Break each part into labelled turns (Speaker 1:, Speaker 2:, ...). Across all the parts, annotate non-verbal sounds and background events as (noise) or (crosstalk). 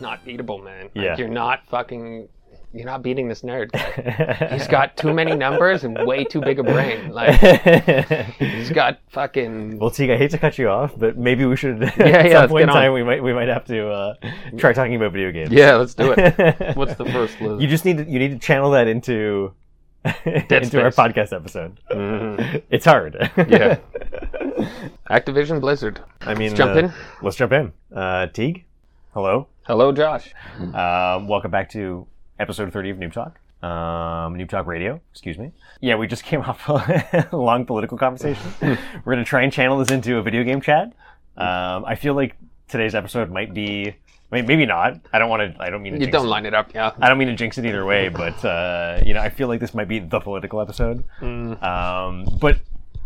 Speaker 1: not beatable, man. Like,
Speaker 2: Yeah.
Speaker 1: You're not fucking. You're not beating this
Speaker 2: (laughs)
Speaker 1: nerd. He's got too many numbers and way too big a
Speaker 2: (laughs)
Speaker 1: brain. Like he's got fucking.
Speaker 2: Well, Teague, I hate to cut you off, but maybe we should. (laughs) at
Speaker 1: yeah,
Speaker 2: some
Speaker 1: let's
Speaker 2: point in
Speaker 1: get on.
Speaker 2: time, we might we might have to uh, try talking about video games.
Speaker 1: Yeah, let's do it. What's the first list?
Speaker 2: (laughs) You just need to, you need to channel that into (laughs) into our
Speaker 1: Space.
Speaker 2: podcast episode.
Speaker 1: Mhm.
Speaker 2: It's hard.
Speaker 1: Yeah. Activision Blizzard.
Speaker 2: (laughs) I mean,
Speaker 1: Let's jump
Speaker 2: uh,
Speaker 1: in.
Speaker 2: Let's jump in. Uh, Teague, hello.
Speaker 1: Hello, Josh.
Speaker 2: Um, welcome back to episode 30 of Noob Talk. Um, Noob Talk Radio, excuse me. Yeah, we just (laughs) came off a long political
Speaker 1: (laughs)
Speaker 2: conversation. We're going to try and channel this into a video game chat. Um, I feel like today's episode might be, I mean, maybe not. I don't want to, I don't mean to
Speaker 1: You
Speaker 2: jinx
Speaker 1: don't
Speaker 2: it.
Speaker 1: line it up, yeah.
Speaker 2: I don't mean to jinx it either
Speaker 1: (laughs)
Speaker 2: way, but, uh, you know, I feel like this might be the political episode.
Speaker 1: Mm.
Speaker 2: Um, but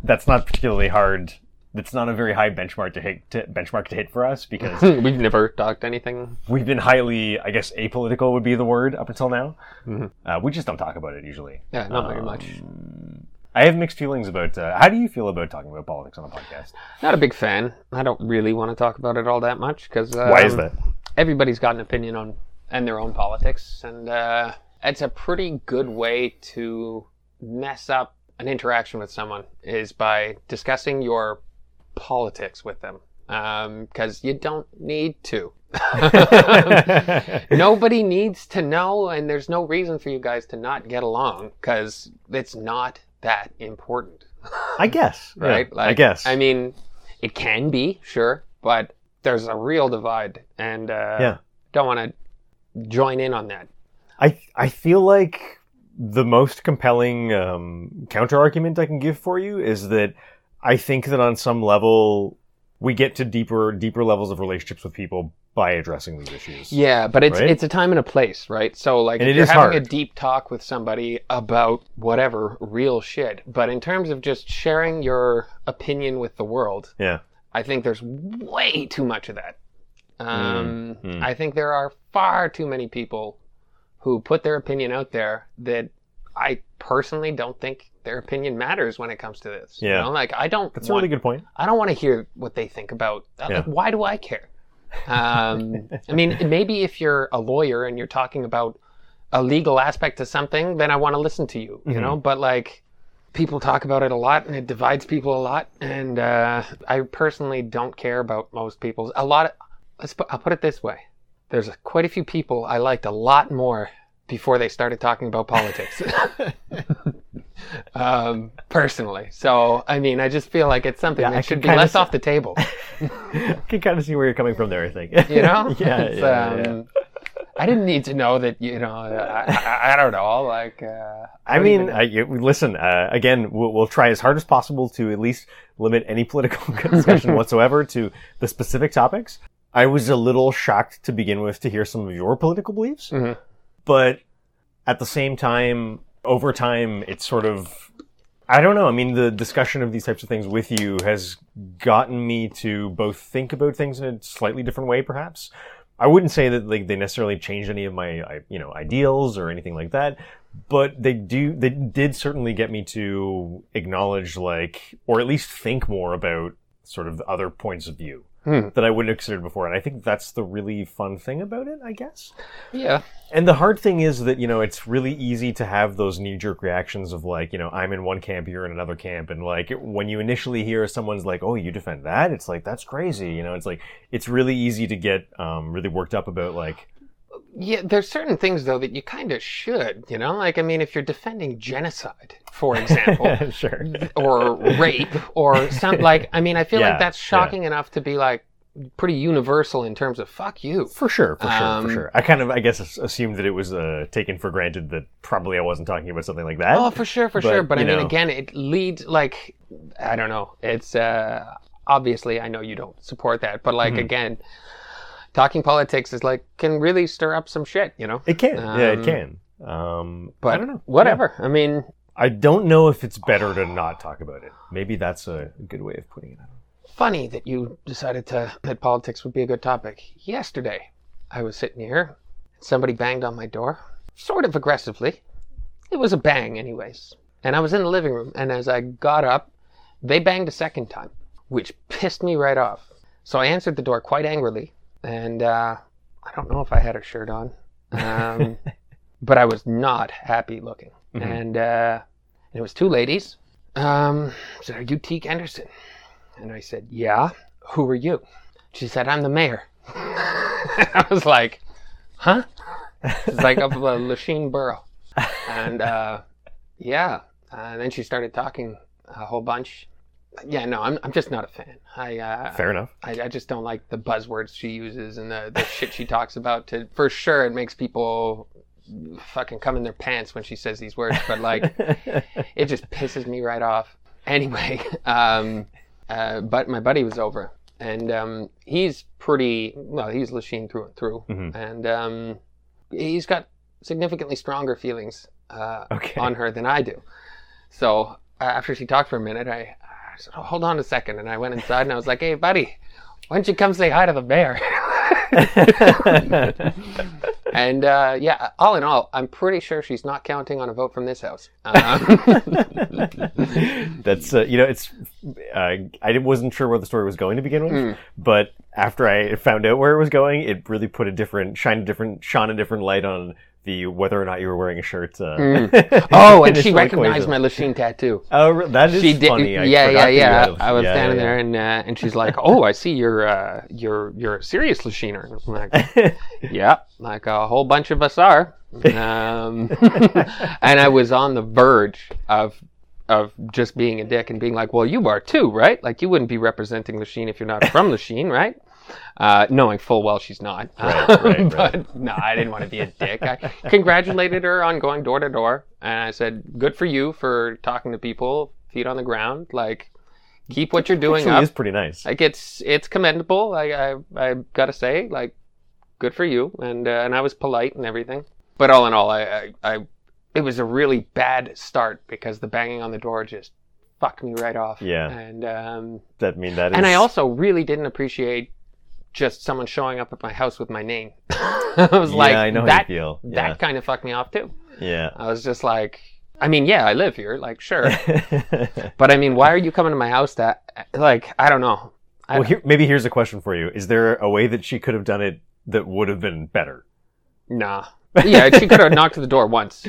Speaker 2: that's not particularly hard. That's not a very high benchmark to hit, to, benchmark to hit for us because
Speaker 1: (laughs) We've never talked anything.
Speaker 2: we've been highly, I guess, apolitical would be the word up until now.
Speaker 1: Mhm.
Speaker 2: Uh, we just don't talk about it usually.
Speaker 1: Yeah, not very much.
Speaker 2: Um, I have mixed feelings about. Uh, how do you feel about talking about politics on a podcast?
Speaker 1: Not a big fan. I don't really want to talk about it all that much um, because Everybody's got an opinion on and their own politics, and uh, it's a pretty good way to mess up an interaction with someone is by discussing your politics with them because you don't need to. (laughs) Nobody needs to know, and there's no reason for you guys to not get along because it's not that important
Speaker 2: (laughs) I guess.
Speaker 1: (laughs)
Speaker 2: yeah,
Speaker 1: right?
Speaker 2: I guess.
Speaker 1: I mean, it can be sure, but there's a real divide, and uh,
Speaker 2: Yeah.
Speaker 1: don't want to join in on that.
Speaker 2: I I feel like the most compelling um, counter argument I can give for you is that I think that on some level we get to deeper deeper levels of relationships with people by addressing these issues.
Speaker 1: Yeah, but it's
Speaker 2: Right?
Speaker 1: it's a time and a place, right? So like,
Speaker 2: And
Speaker 1: if
Speaker 2: it
Speaker 1: you're
Speaker 2: is
Speaker 1: having a
Speaker 2: hard.
Speaker 1: deep talk with somebody about whatever real shit, but in terms of just sharing your opinion with the world,
Speaker 2: Yeah.
Speaker 1: I think there's way too much of that. Um,
Speaker 2: mm.
Speaker 1: I think there are far too many people who put their opinion out there that I personally don't think their opinion matters when it comes to this.
Speaker 2: Yeah.
Speaker 1: you know? like I don't
Speaker 2: That's a
Speaker 1: want,
Speaker 2: really good point.
Speaker 1: I don't want to hear what they think about. uh,
Speaker 2: Yeah.
Speaker 1: Like, why do I care? Um, I mean, maybe if you're a lawyer and you're talking about a legal aspect to something, then I want to listen to you. You know, but like people talk about it a lot, and it divides people a lot. And uh, I personally don't care about most people's. A lot. Of, let's put, I'll put it this way: there's quite a few people I liked a lot more before they started talking about
Speaker 2: (laughs)
Speaker 1: politics. (laughs) um, personally, so I mean, I just feel like it's something
Speaker 2: Yeah, I
Speaker 1: that should
Speaker 2: can
Speaker 1: be
Speaker 2: kinda
Speaker 1: less
Speaker 2: see-
Speaker 1: off the table.
Speaker 2: (laughs) I can kind of see where you're coming from there. I think.
Speaker 1: You know?
Speaker 2: (laughs) yeah,
Speaker 1: It's,
Speaker 2: yeah, yeah.
Speaker 1: um, I didn't need to know that. You know, I, I, I don't know. Like, uh,
Speaker 2: I
Speaker 1: don't
Speaker 2: mean,
Speaker 1: even-
Speaker 2: I, you, listen. Uh, again, we'll, we'll try as hard as possible to at least limit any political (laughs) discussion whatsoever to the specific topics. I was a little shocked to begin with to hear some of your political beliefs,
Speaker 1: Mhm.
Speaker 2: but at the same time, over time, it's sort of. I don't know. I mean, the discussion of these types of things with you has gotten me to both think about things in a slightly different way, perhaps. I wouldn't say that like they necessarily changed any of my I- you know ideals or anything like that, but they do they did certainly get me to acknowledge like or at least think more about sort of the other points of view
Speaker 1: Hmm.
Speaker 2: that I wouldn't have considered before, and I think that's the really fun thing about it, I guess.
Speaker 1: yeah,
Speaker 2: And the hard thing is that, you know, it's really easy to have those knee jerk reactions of like, you know, I'm in one camp, you're in another camp. And like, when you initially hear someone's like, oh, you defend that, it's like, that's crazy. You know, it's like, it's really easy to get um, really worked up about like,
Speaker 1: yeah. There's certain things though that you kind of should. You know, like I mean, if you're defending genocide,
Speaker 2: (laughs)
Speaker 1: for example,
Speaker 2: sure.
Speaker 1: or rape or something like i mean i feel
Speaker 2: Yeah,
Speaker 1: like that's
Speaker 2: yeah.
Speaker 1: shocking enough to be like pretty universal in terms of fuck you
Speaker 2: For sure, for sure,
Speaker 1: Um,
Speaker 2: for sure. I kind of, I guess, as- assumed that it was uh, taken for granted that probably I wasn't talking about something like that.
Speaker 1: oh for sure for
Speaker 2: But,
Speaker 1: sure but i
Speaker 2: you
Speaker 1: mean
Speaker 2: know.
Speaker 1: again it leads like i don't know it's uh obviously i know you don't support that but like
Speaker 2: Mhm.
Speaker 1: again talking politics is like can really stir up some shit you know
Speaker 2: It can, yeah, it
Speaker 1: Um,
Speaker 2: can. Um,
Speaker 1: but
Speaker 2: I don't know.
Speaker 1: whatever i mean
Speaker 2: I don't know if it's better to not talk about it. Maybe that's a good way of putting it.
Speaker 1: funny that you decided to that politics would be a good topic. Yesterday, I was sitting here, and somebody banged on my door, sort of aggressively. It was a bang, anyways. And I was in the living room, and as I got up, they banged a second time, which pissed me right off. So I answered the door quite angrily, and uh, I don't know if I had a shirt on, um, but I was not happy looking.
Speaker 2: Mhm.
Speaker 1: And uh, it was two ladies. Um, said, "Are you Teague Anderson?" And I said, "Yeah." Who are you? She said, "I'm the mayor." (laughs) I was like, "Huh?" It's like of uh, Lachine Borough, and uh, yeah. Uh, and then she started talking a whole bunch. Yeah, no, I'm I'm just not a fan. I uh,
Speaker 2: Fair enough. (laughs)
Speaker 1: I, I just don't like the buzzwords she uses and the, the shit she talks about. To for sure, it makes people fucking come in their pants when she says these words. But
Speaker 2: (laughs)
Speaker 1: like, it just pisses me right off. Anyway, (laughs) um, uh, but my buddy was over, and um, he's pretty well. He's Lachine through and through,
Speaker 2: Mhm.
Speaker 1: and um, he's got significantly stronger feelings uh,
Speaker 2: okay.
Speaker 1: on her than I do. So uh, after she talked for a minute, I, I said, oh, "Hold on a second. and I went inside and I was like, "Hey, buddy, why don't you come say hi to the mayor?" (laughs)
Speaker 2: (laughs)
Speaker 1: and uh, yeah, all in all, I'm pretty sure she's not counting on a vote from this house. Um,
Speaker 2: (laughs) That's uh, you know it's uh, I wasn't sure where the story was going to begin with,
Speaker 1: Mm.
Speaker 2: but after I found out where it was going, it really put a different shine a different shone a different light on the whether or not you were wearing a shirt. Uh,
Speaker 1: (laughs)
Speaker 2: (laughs)
Speaker 1: oh, (laughs) and she
Speaker 2: initial
Speaker 1: recognized
Speaker 2: equation.
Speaker 1: my Lachine tattoo.
Speaker 2: Oh, re- that is
Speaker 1: she did.
Speaker 2: funny.
Speaker 1: yeah,
Speaker 2: I
Speaker 1: yeah,
Speaker 2: forgot you
Speaker 1: yeah.
Speaker 2: had-
Speaker 1: I was
Speaker 2: yeah,
Speaker 1: standing
Speaker 2: yeah.
Speaker 1: there, and uh, and she's like, "Oh, I see you're uh, you're you're a serious Lachiner." And I'm like,
Speaker 2: (laughs)
Speaker 1: Yeah, like a whole bunch of us are. Um, (laughs) and I was on the verge of of just being a dick and being like, "Well, you are too, right? Like you wouldn't be representing Lachine if you're not from Lachine, right?" Uh, knowing full well she's not.
Speaker 2: Right, right, right.
Speaker 1: (laughs) but no, I didn't want to be a dick. I congratulated her on going door to door, and I said, "Good for you for talking to people, feet on the ground. Like, keep what you're doing
Speaker 2: Actually,
Speaker 1: up."
Speaker 2: is pretty nice.
Speaker 1: like it's it's commendable. I I, I gotta say, like, good for you. And uh, and I was polite and everything. But all in all, I, I I it was a really bad start because the banging on the door just fucked me right off.
Speaker 2: Yeah.
Speaker 1: And um
Speaker 2: That mean that is.
Speaker 1: and I also really didn't appreciate just someone showing up at my house with my name. (laughs) I was
Speaker 2: yeah,
Speaker 1: like
Speaker 2: I know
Speaker 1: that
Speaker 2: how you feel.
Speaker 1: that kind of fucked me off too.
Speaker 2: yeah.
Speaker 1: I was just like, I mean, yeah, I live here, like
Speaker 2: (laughs)
Speaker 1: sure, (laughs)
Speaker 2: yeah.
Speaker 1: but I mean, why are you coming to my house? That like I don't know. I-
Speaker 2: well, here, maybe here's a question for you: Is there a way that she could have done it that would have been better? (laughs)
Speaker 1: Nah. Yeah, she could have knocked at the door once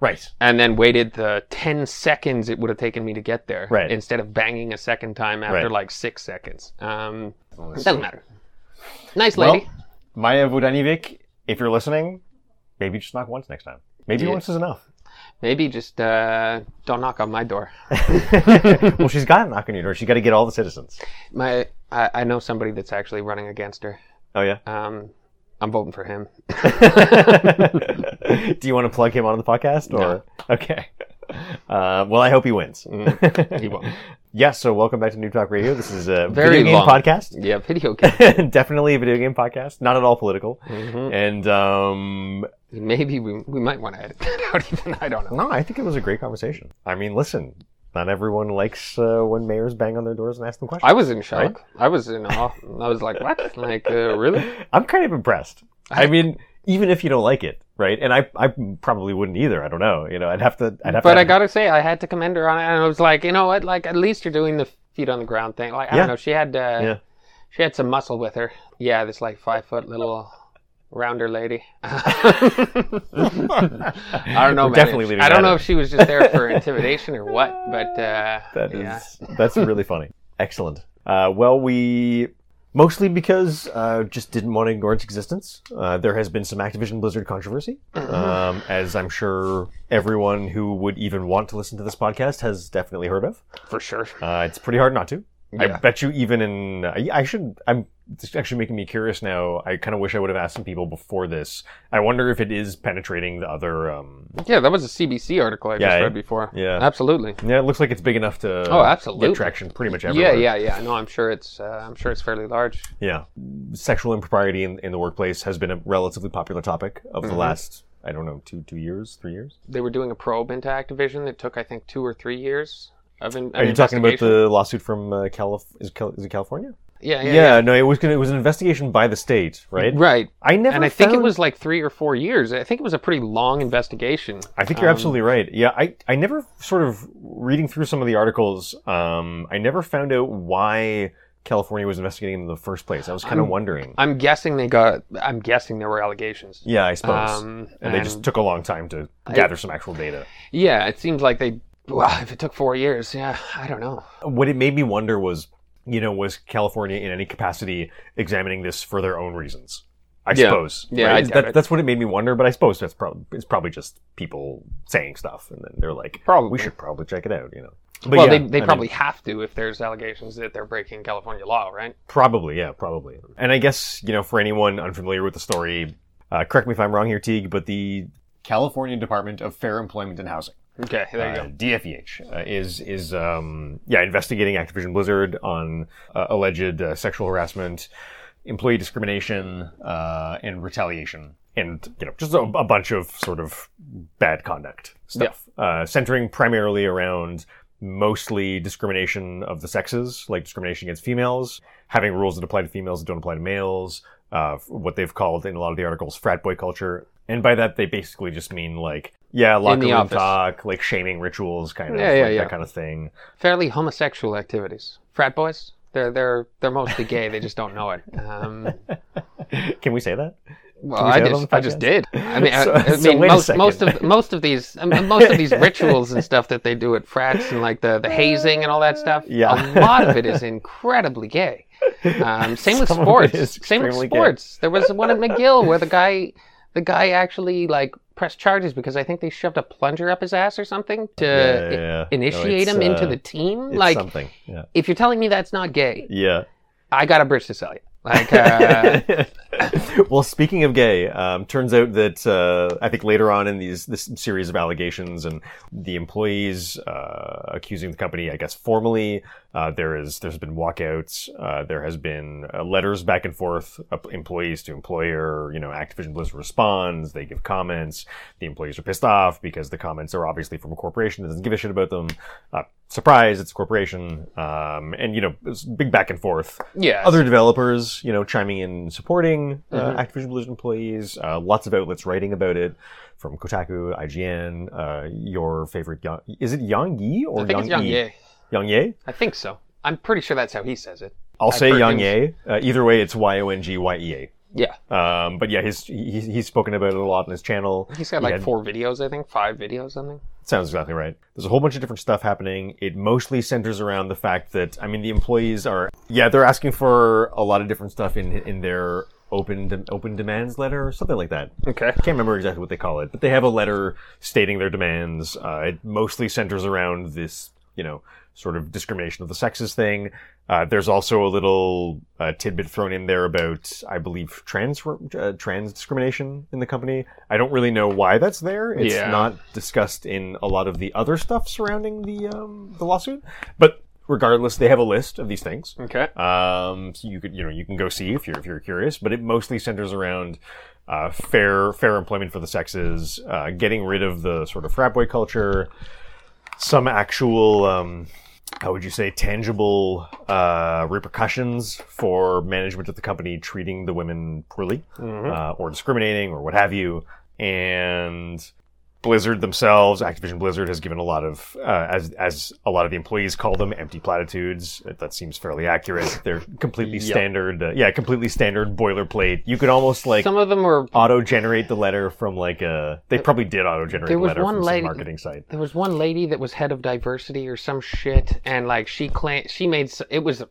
Speaker 2: Right.
Speaker 1: and then waited the 10 seconds it would have taken me to get there
Speaker 2: Right.
Speaker 1: instead of banging a second time after
Speaker 2: Right.
Speaker 1: like six seconds. Um, doesn't matter. Nice
Speaker 2: Well,
Speaker 1: lady.
Speaker 2: Maya Vodanivik, if you're listening, maybe just knock once next time. Maybe
Speaker 1: Yeah.
Speaker 2: once is enough.
Speaker 1: (laughs) Maybe just uh, don't knock on my door.
Speaker 2: well, she's got to knock on your door. She's got to get all the citizens.
Speaker 1: My, I, I know somebody that's actually running against her. (laughs)
Speaker 2: Oh yeah. (laughs)
Speaker 1: Um, I'm voting for him.
Speaker 2: Do you want to plug him on the podcast or
Speaker 1: No.
Speaker 2: okay? Uh, well, I hope he wins. (laughs)
Speaker 1: He won't.
Speaker 2: Yes. So welcome back to New Talk Radio. This is a
Speaker 1: Mm. Very
Speaker 2: video game
Speaker 1: long.
Speaker 2: podcast. (laughs)
Speaker 1: Yeah, video game.
Speaker 2: Definitely a video game podcast. Not at all political.
Speaker 1: Mhm.
Speaker 2: And um,
Speaker 1: Maybe we, we might want to edit that out even. I don't know.
Speaker 2: no, I think it was a great conversation. I mean, listen, not everyone likes uh, when mayors bang on their doors and ask them questions.
Speaker 1: I was in shock. I was in awe. I was like, what? Like, uh, really?
Speaker 2: I'm kind of impressed. I mean, even if you don't like it, right? And I, I probably wouldn't either. I don't know. You know, I'd have to. I'd
Speaker 1: (laughs)
Speaker 2: have
Speaker 1: but
Speaker 2: to
Speaker 1: I gotta say, I had to commend her on it, and I was like, you know what? Like, at least you're doing the feet on the ground thing. Like, I
Speaker 2: Yeah.
Speaker 1: don't know, she had, uh,
Speaker 2: Yeah.
Speaker 1: she had some muscle with her. Yeah, this like five foot little rounder lady. (laughs)
Speaker 2: (laughs)
Speaker 1: I don't know, man.
Speaker 2: Definitely leaving
Speaker 1: I don't
Speaker 2: that
Speaker 1: know
Speaker 2: in.
Speaker 1: if she was just there
Speaker 2: (laughs)
Speaker 1: for intimidation or what, but uh,
Speaker 2: That is
Speaker 1: yeah.
Speaker 2: that's really funny. Excellent. Uh, well, we mostly because uh, just didn't want to ignore its existence. Uh, there has been some Activision Blizzard controversy,
Speaker 1: Mm-hmm.
Speaker 2: um, as I'm sure everyone who would even want to listen to this podcast has definitely heard of.
Speaker 1: for sure.
Speaker 2: Uh, it's pretty hard not to.
Speaker 1: Yeah.
Speaker 2: I bet you even in I, I should I'm this is actually making me curious now. I kind of wish I would have asked some people before this. I wonder if it is penetrating the other. Um,
Speaker 1: Yeah, that was a CBC article I
Speaker 2: Yeah,
Speaker 1: just
Speaker 2: I-
Speaker 1: read before.
Speaker 2: yeah.
Speaker 1: Absolutely.
Speaker 2: yeah, it looks like it's big enough to
Speaker 1: Oh, absolutely.
Speaker 2: get traction pretty much everywhere.
Speaker 1: Yeah, yeah, yeah. No, I'm sure it's, uh, I'm sure it's fairly large.
Speaker 2: Yeah. Sexual impropriety in, in the workplace has been a relatively popular topic of the
Speaker 1: Mhm.
Speaker 2: last, I don't know, two two years, three years.
Speaker 1: They were doing a probe into Activision that took, I think, two or three years of in-
Speaker 2: Are you talking about the lawsuit from uh, Calif- is, Cal- is it California?
Speaker 1: Yeah, yeah,
Speaker 2: Yeah,
Speaker 1: yeah.
Speaker 2: no, it was gonna, it was an investigation by the state, right?
Speaker 1: Right.
Speaker 2: I never
Speaker 1: And I think it
Speaker 2: found-
Speaker 1: was like three or four years. I think it was a pretty long investigation.
Speaker 2: I think you're
Speaker 1: Um,
Speaker 2: absolutely right. Yeah, I, I never sort of reading through some of the articles, um, I never found out why California was investigating in the first place. I was kind of
Speaker 1: I'm-
Speaker 2: wondering.
Speaker 1: I'm guessing they got. I'm guessing there were allegations.
Speaker 2: Yeah, I suppose.
Speaker 1: Um,
Speaker 2: and they just took a long time to
Speaker 1: I-
Speaker 2: gather some actual data.
Speaker 1: Yeah, it seems like they. Well, if it took four years, yeah, I don't know.
Speaker 2: What it made me wonder was, you know, was California in any capacity examining this for their own reasons? I
Speaker 1: Yeah.
Speaker 2: suppose.
Speaker 1: Yeah, I doubt
Speaker 2: That-
Speaker 1: it.
Speaker 2: that's what it made me wonder. But I suppose that's probably it's probably just people saying stuff, and then they're like,
Speaker 1: Probably.
Speaker 2: we should probably check it out, you know. But
Speaker 1: well,
Speaker 2: yeah,
Speaker 1: they,
Speaker 2: I
Speaker 1: they
Speaker 2: mean,
Speaker 1: probably have to if there's allegations that they're breaking California law, right?
Speaker 2: Probably, yeah, probably. And I guess, you know, for anyone unfamiliar with the story, uh, correct me if I'm wrong here, Teague, but the California Department of Fair Employment and Housing,
Speaker 1: Okay, there you
Speaker 2: uh,
Speaker 1: go.
Speaker 2: DFEH, uh, is, is um, yeah, investigating Activision Blizzard on uh, alleged uh, sexual harassment, employee discrimination, uh, and retaliation. And, you know, just a, a bunch of sort of bad conduct stuff, uh, centering primarily around mostly discrimination of the sexes, like discrimination against females, having rules that apply to females that don't apply to males, uh, what they've called in a lot of the articles frat boy culture. And by that, they basically just mean like, yeah, locker
Speaker 1: the
Speaker 2: room
Speaker 1: office.
Speaker 2: talk, like shaming rituals, kind of,
Speaker 1: Yeah, yeah,
Speaker 2: like
Speaker 1: yeah.
Speaker 2: that kind of thing.
Speaker 1: Fairly homosexual activities. Frat boys. They're they're they're mostly gay. they just don't know it. Um,
Speaker 2: Can we say that?
Speaker 1: Uh, well,
Speaker 2: we say
Speaker 1: I
Speaker 2: that on
Speaker 1: just
Speaker 2: the
Speaker 1: I just
Speaker 2: podcast?
Speaker 1: did. I
Speaker 2: (laughs)
Speaker 1: mean, I-
Speaker 2: So-
Speaker 1: I,
Speaker 2: so
Speaker 1: mean
Speaker 2: wait a
Speaker 1: most
Speaker 2: second.
Speaker 1: most of most of these I mean, most of these rituals and stuff that they do at frats and like the, the hazing and all that stuff.
Speaker 2: Yeah.
Speaker 1: a lot of it is incredibly gay. Um,
Speaker 2: (laughs)
Speaker 1: same with
Speaker 2: Some of it is
Speaker 1: sports. Same with
Speaker 2: extremely gay.
Speaker 1: sports. There was one at McGill where the guy, the guy actually like pressed charges because I think they shoved a plunger up his ass or something to
Speaker 2: Yeah, yeah, yeah. No,
Speaker 1: initiate
Speaker 2: it's,
Speaker 1: him into
Speaker 2: uh,
Speaker 1: the team.
Speaker 2: it's
Speaker 1: Like,
Speaker 2: something. Yeah.
Speaker 1: if you're telling me that's not gay,
Speaker 2: Yeah.
Speaker 1: I got a bridge to sell you.
Speaker 2: (laughs)
Speaker 1: Like, uh,
Speaker 2: well, speaking of gay, um, turns out that uh, I think later on in these this series of allegations and the employees uh, accusing the company, I guess formally, uh, there is there's been walkouts, uh, there has been uh, letters back and forth, uh, employees to employer. You know, Activision Blizzard responds, they give comments. The employees are pissed off because the comments are obviously from a corporation that doesn't give a shit about them. Uh, surprise, it's a corporation, um, and you know, it's big back and forth
Speaker 1: yeah,
Speaker 2: other developers, you know, chiming in, and supporting uh,
Speaker 1: Mhm.
Speaker 2: Activision Blizzard employees. Uh, lots of outlets writing about it, from Kotaku, IGN, uh, your favorite Yang. Is it Yang Yi or
Speaker 1: I think it's Young
Speaker 2: Yang Yi?
Speaker 1: Ye.
Speaker 2: Yang Ye.
Speaker 1: I think so. I'm pretty sure that's how he says it.
Speaker 2: I'll
Speaker 1: I've
Speaker 2: say
Speaker 1: heard
Speaker 2: Yang
Speaker 1: him-
Speaker 2: Ye. Uh, either way, it's Y O N G Y E A.
Speaker 1: Yeah,
Speaker 2: Um, but yeah, his, he, he's spoken about it a lot on his channel.
Speaker 1: he's got like
Speaker 2: Yeah.
Speaker 1: four videos, I think, five videos, something.
Speaker 2: Sounds exactly right. There's a whole bunch of different stuff happening. It mostly centers around the fact that I mean the employees are yeah they're asking for a lot of different stuff in in their open de- open demands letter or something like that.
Speaker 1: Okay.
Speaker 2: I can't remember exactly what they call it, but they have a letter stating their demands. Uh, it mostly centers around this, you know, sort of discrimination of the sexes thing. Uh, there's also a little uh, tidbit thrown in there about, I believe, trans uh, trans discrimination in the company. I don't really know why that's there. It's
Speaker 1: Yeah.
Speaker 2: not discussed in a lot of the other stuff surrounding the um, the lawsuit, but regardless, they have a list of these things.
Speaker 1: Okay.
Speaker 2: Um, so you could, you know, you can go see if you're if you're curious, but it mostly centers around uh, fair fair employment for the sexes, uh, getting rid of the sort of frat boy culture, some actual um, how would you say tangible uh, repercussions for management of the company treating the women poorly
Speaker 1: Mm-hmm.
Speaker 2: uh, or discriminating or what have you. And Blizzard themselves, Activision Blizzard, has given a lot of, uh, as as a lot of the employees call them, empty platitudes. That, that seems
Speaker 1: (laughs)
Speaker 2: fairly accurate. They're completely
Speaker 1: Yep.
Speaker 2: standard, uh, yeah, completely standard boilerplate. You could almost like
Speaker 1: Some of them were
Speaker 2: auto-generate the letter from like a. They probably did auto-generate
Speaker 1: There
Speaker 2: the
Speaker 1: was
Speaker 2: letter
Speaker 1: one
Speaker 2: from
Speaker 1: lady-
Speaker 2: some marketing site.
Speaker 1: there was one lady that was head of diversity or some shit and like she claimed she made s- it was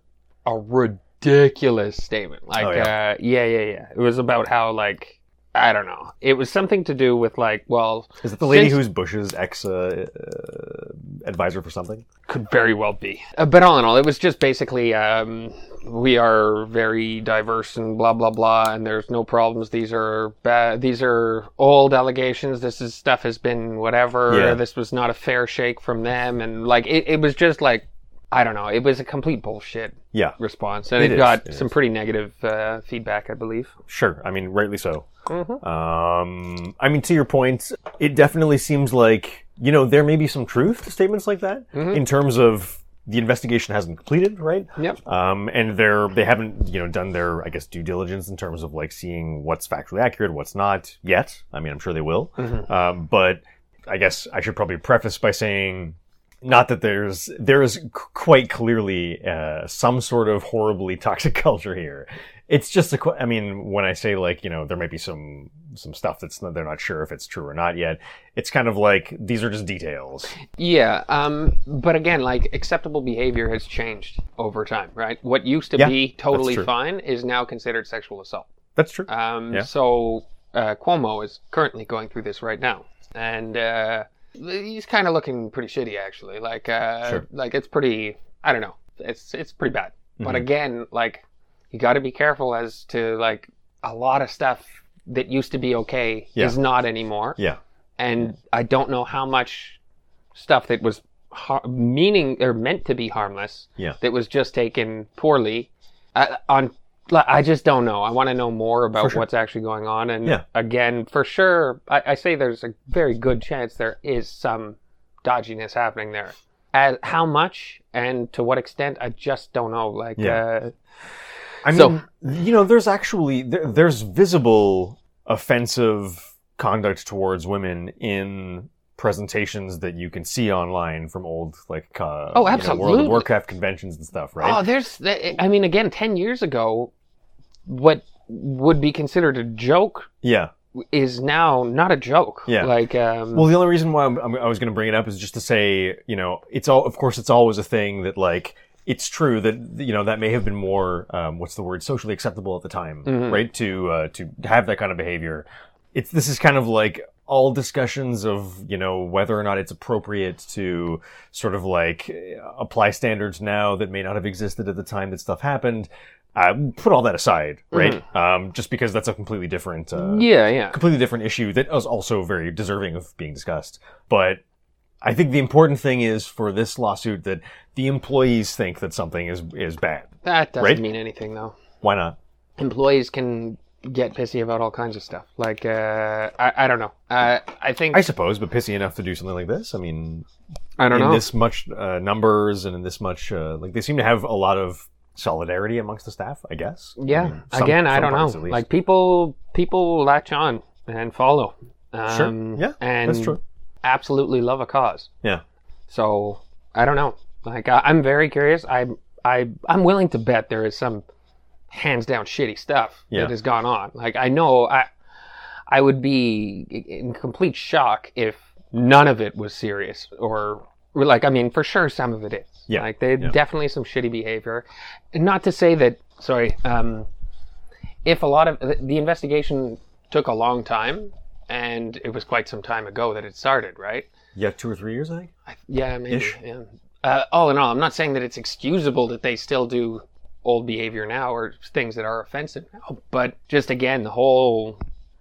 Speaker 1: a ridiculous statement like
Speaker 2: Oh,
Speaker 1: yeah. uh yeah yeah yeah it was about how like i don't know it was something to do with like well
Speaker 2: Is it the lady
Speaker 1: Since-
Speaker 2: who's Bush's ex uh, uh, advisor for something?
Speaker 1: could very well be uh, but all in all it was just basically um we are very diverse and blah blah blah and there's no problems these are bad these are old allegations this is stuff has been whatever
Speaker 2: Yeah.
Speaker 1: this was not a fair shake from them and like it, it was just like i don't know it was a complete bullshit
Speaker 2: Yeah,
Speaker 1: response, and
Speaker 2: It
Speaker 1: it,
Speaker 2: is,
Speaker 1: got
Speaker 2: it
Speaker 1: some pretty negative uh, feedback, I believe.
Speaker 2: sure. I mean, rightly so.
Speaker 1: Mm-hmm.
Speaker 2: Um, I mean, to your point, it definitely seems like you know there may be some truth to statements like that
Speaker 1: Mhm.
Speaker 2: in terms of the investigation hasn't completed, right?
Speaker 1: Yep.
Speaker 2: Um, and they're they haven't you know done their I guess due diligence in terms of like seeing what's factually accurate, what's not yet. I mean, I'm sure they will.
Speaker 1: Mhm.
Speaker 2: Um, but I guess I should probably preface by saying not that there's there is c- quite clearly uh, some sort of horribly toxic (laughs) culture here. It's just a. qu- I mean, when I say like you know there might be some some stuff that's not, they're not sure if it's true or not yet. It's kind of like these are just details.
Speaker 1: Yeah, um, but again, like acceptable behavior has changed over time, right? What used to
Speaker 2: Yeah,
Speaker 1: be totally
Speaker 2: true.
Speaker 1: fine is now considered sexual assault.
Speaker 2: That's true.
Speaker 1: Um,
Speaker 2: Yeah.
Speaker 1: So uh, Cuomo is currently going through this right now, and uh, he's kind of looking pretty shitty, actually. Like, uh,
Speaker 2: Sure.
Speaker 1: like it's pretty. I don't know. It's it's pretty bad. But
Speaker 2: Mhm.
Speaker 1: again, like you got to be careful as to like a lot of stuff that used to be okay
Speaker 2: Yeah.
Speaker 1: is not anymore.
Speaker 2: Yeah.
Speaker 1: And I don't know how much stuff that was har- meaning or meant to be harmless
Speaker 2: Yeah.
Speaker 1: that was just taken poorly I, on like, I just don't know. I want to know more
Speaker 2: For
Speaker 1: about
Speaker 2: sure.
Speaker 1: what's actually going on. And
Speaker 2: Yeah.
Speaker 1: again, for sure, I, I say there's a very good chance there is some dodginess happening there. As, how much and to what extent, I just don't know. Like,
Speaker 2: Yeah.
Speaker 1: uh,
Speaker 2: I mean,
Speaker 1: So-
Speaker 2: you know, there's actually there, there's visible offensive conduct towards women in presentations that you can see online from old like uh,
Speaker 1: Oh,
Speaker 2: you know, World
Speaker 1: absolutely.
Speaker 2: of Warcraft conventions and stuff,
Speaker 1: oh,
Speaker 2: right?
Speaker 1: there's, I mean, again, 10 years ago, what would be considered a joke
Speaker 2: yeah.
Speaker 1: is now not a joke.
Speaker 2: Yeah.
Speaker 1: Like, um,
Speaker 2: Well, the only reason why I'm, I'm- I was going to bring it up is just to say, you know, it's all of course it's always a thing that like it's true that you know that may have been more um, what's the word socially acceptable at the time,
Speaker 1: Mhm.
Speaker 2: right? To uh, to have that kind of behavior. It's this is kind of like all discussions of you know whether or not it's appropriate to sort of like eh, apply standards now that may not have existed at the time that stuff happened. Uh, put all that aside, right? Um, just because that's a completely different uh,
Speaker 1: yeah, yeah.
Speaker 2: completely different issue that is also very deserving of being discussed. But I think the important thing is for this lawsuit that the employees think that something is is bad.
Speaker 1: That doesn't
Speaker 2: right?
Speaker 1: mean anything, though.
Speaker 2: Why not?
Speaker 1: employees can get pissy about all kinds of stuff. Like, uh, I, I don't know. Uh, I think
Speaker 2: I suppose, but pissy enough to do something like this. I mean,
Speaker 1: I don't
Speaker 2: in
Speaker 1: know.
Speaker 2: this much uh, numbers and in this much uh, like they seem to have a lot of solidarity amongst the staff. I guess.
Speaker 1: yeah.
Speaker 2: I mean, some-
Speaker 1: Again, I
Speaker 2: some
Speaker 1: don't
Speaker 2: parts
Speaker 1: know.
Speaker 2: at least.
Speaker 1: Like people, people latch on and follow. Um,
Speaker 2: Yeah,
Speaker 1: and
Speaker 2: that's true.
Speaker 1: Absolutely love a cause.
Speaker 2: Yeah.
Speaker 1: So I don't know. Like I, I'm very curious. I I I'm willing to bet there is some hands down shitty stuff
Speaker 2: Yeah.
Speaker 1: that has gone on. Like I know I I would be in complete shock if none of it was serious or or like I mean for sure some of it is.
Speaker 2: Yeah.
Speaker 1: Like they
Speaker 2: Yeah.
Speaker 1: definitely some shitty behavior. Not to say that sorry, um if a lot of the- the investigation took a long time and it was quite some time ago that it started, right?
Speaker 2: Yeah, two or three years, I think.
Speaker 1: I- Yeah, maybe.
Speaker 2: Ish.
Speaker 1: Yeah. Uh, all in all, I'm not saying that it's excusable that they still do old behavior now or things that are offensive now, but just again, the whole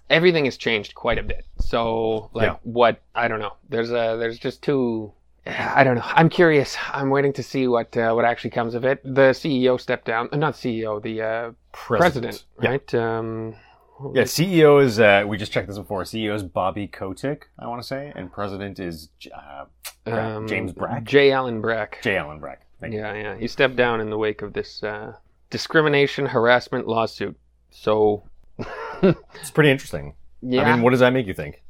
Speaker 1: everything has changed quite a bit. So, like,
Speaker 2: Yeah.
Speaker 1: what I don't know. There's a there's just too. I don't know. I'm curious. I'm waiting to see what uh, what actually comes of it. The CEO stepped down. Not CEO. The uh, president,
Speaker 2: Yeah.
Speaker 1: right? Um, what was
Speaker 3: Yeah,
Speaker 2: E
Speaker 3: CEO is, uh, we just checked this before. CEO is Bobby Kotick, I want to say, and president is J- uh,
Speaker 1: it?
Speaker 3: Brack. James Brack?
Speaker 1: J. um, Allen Brack.
Speaker 3: Jay Allen Brack. Thank you.
Speaker 1: Yeah, yeah. He stepped down in the wake of this uh, discrimination harassment lawsuit.
Speaker 2: (laughs)
Speaker 1: So,
Speaker 2: It's pretty interesting.
Speaker 1: yeah,
Speaker 2: I mean, what does that make you think?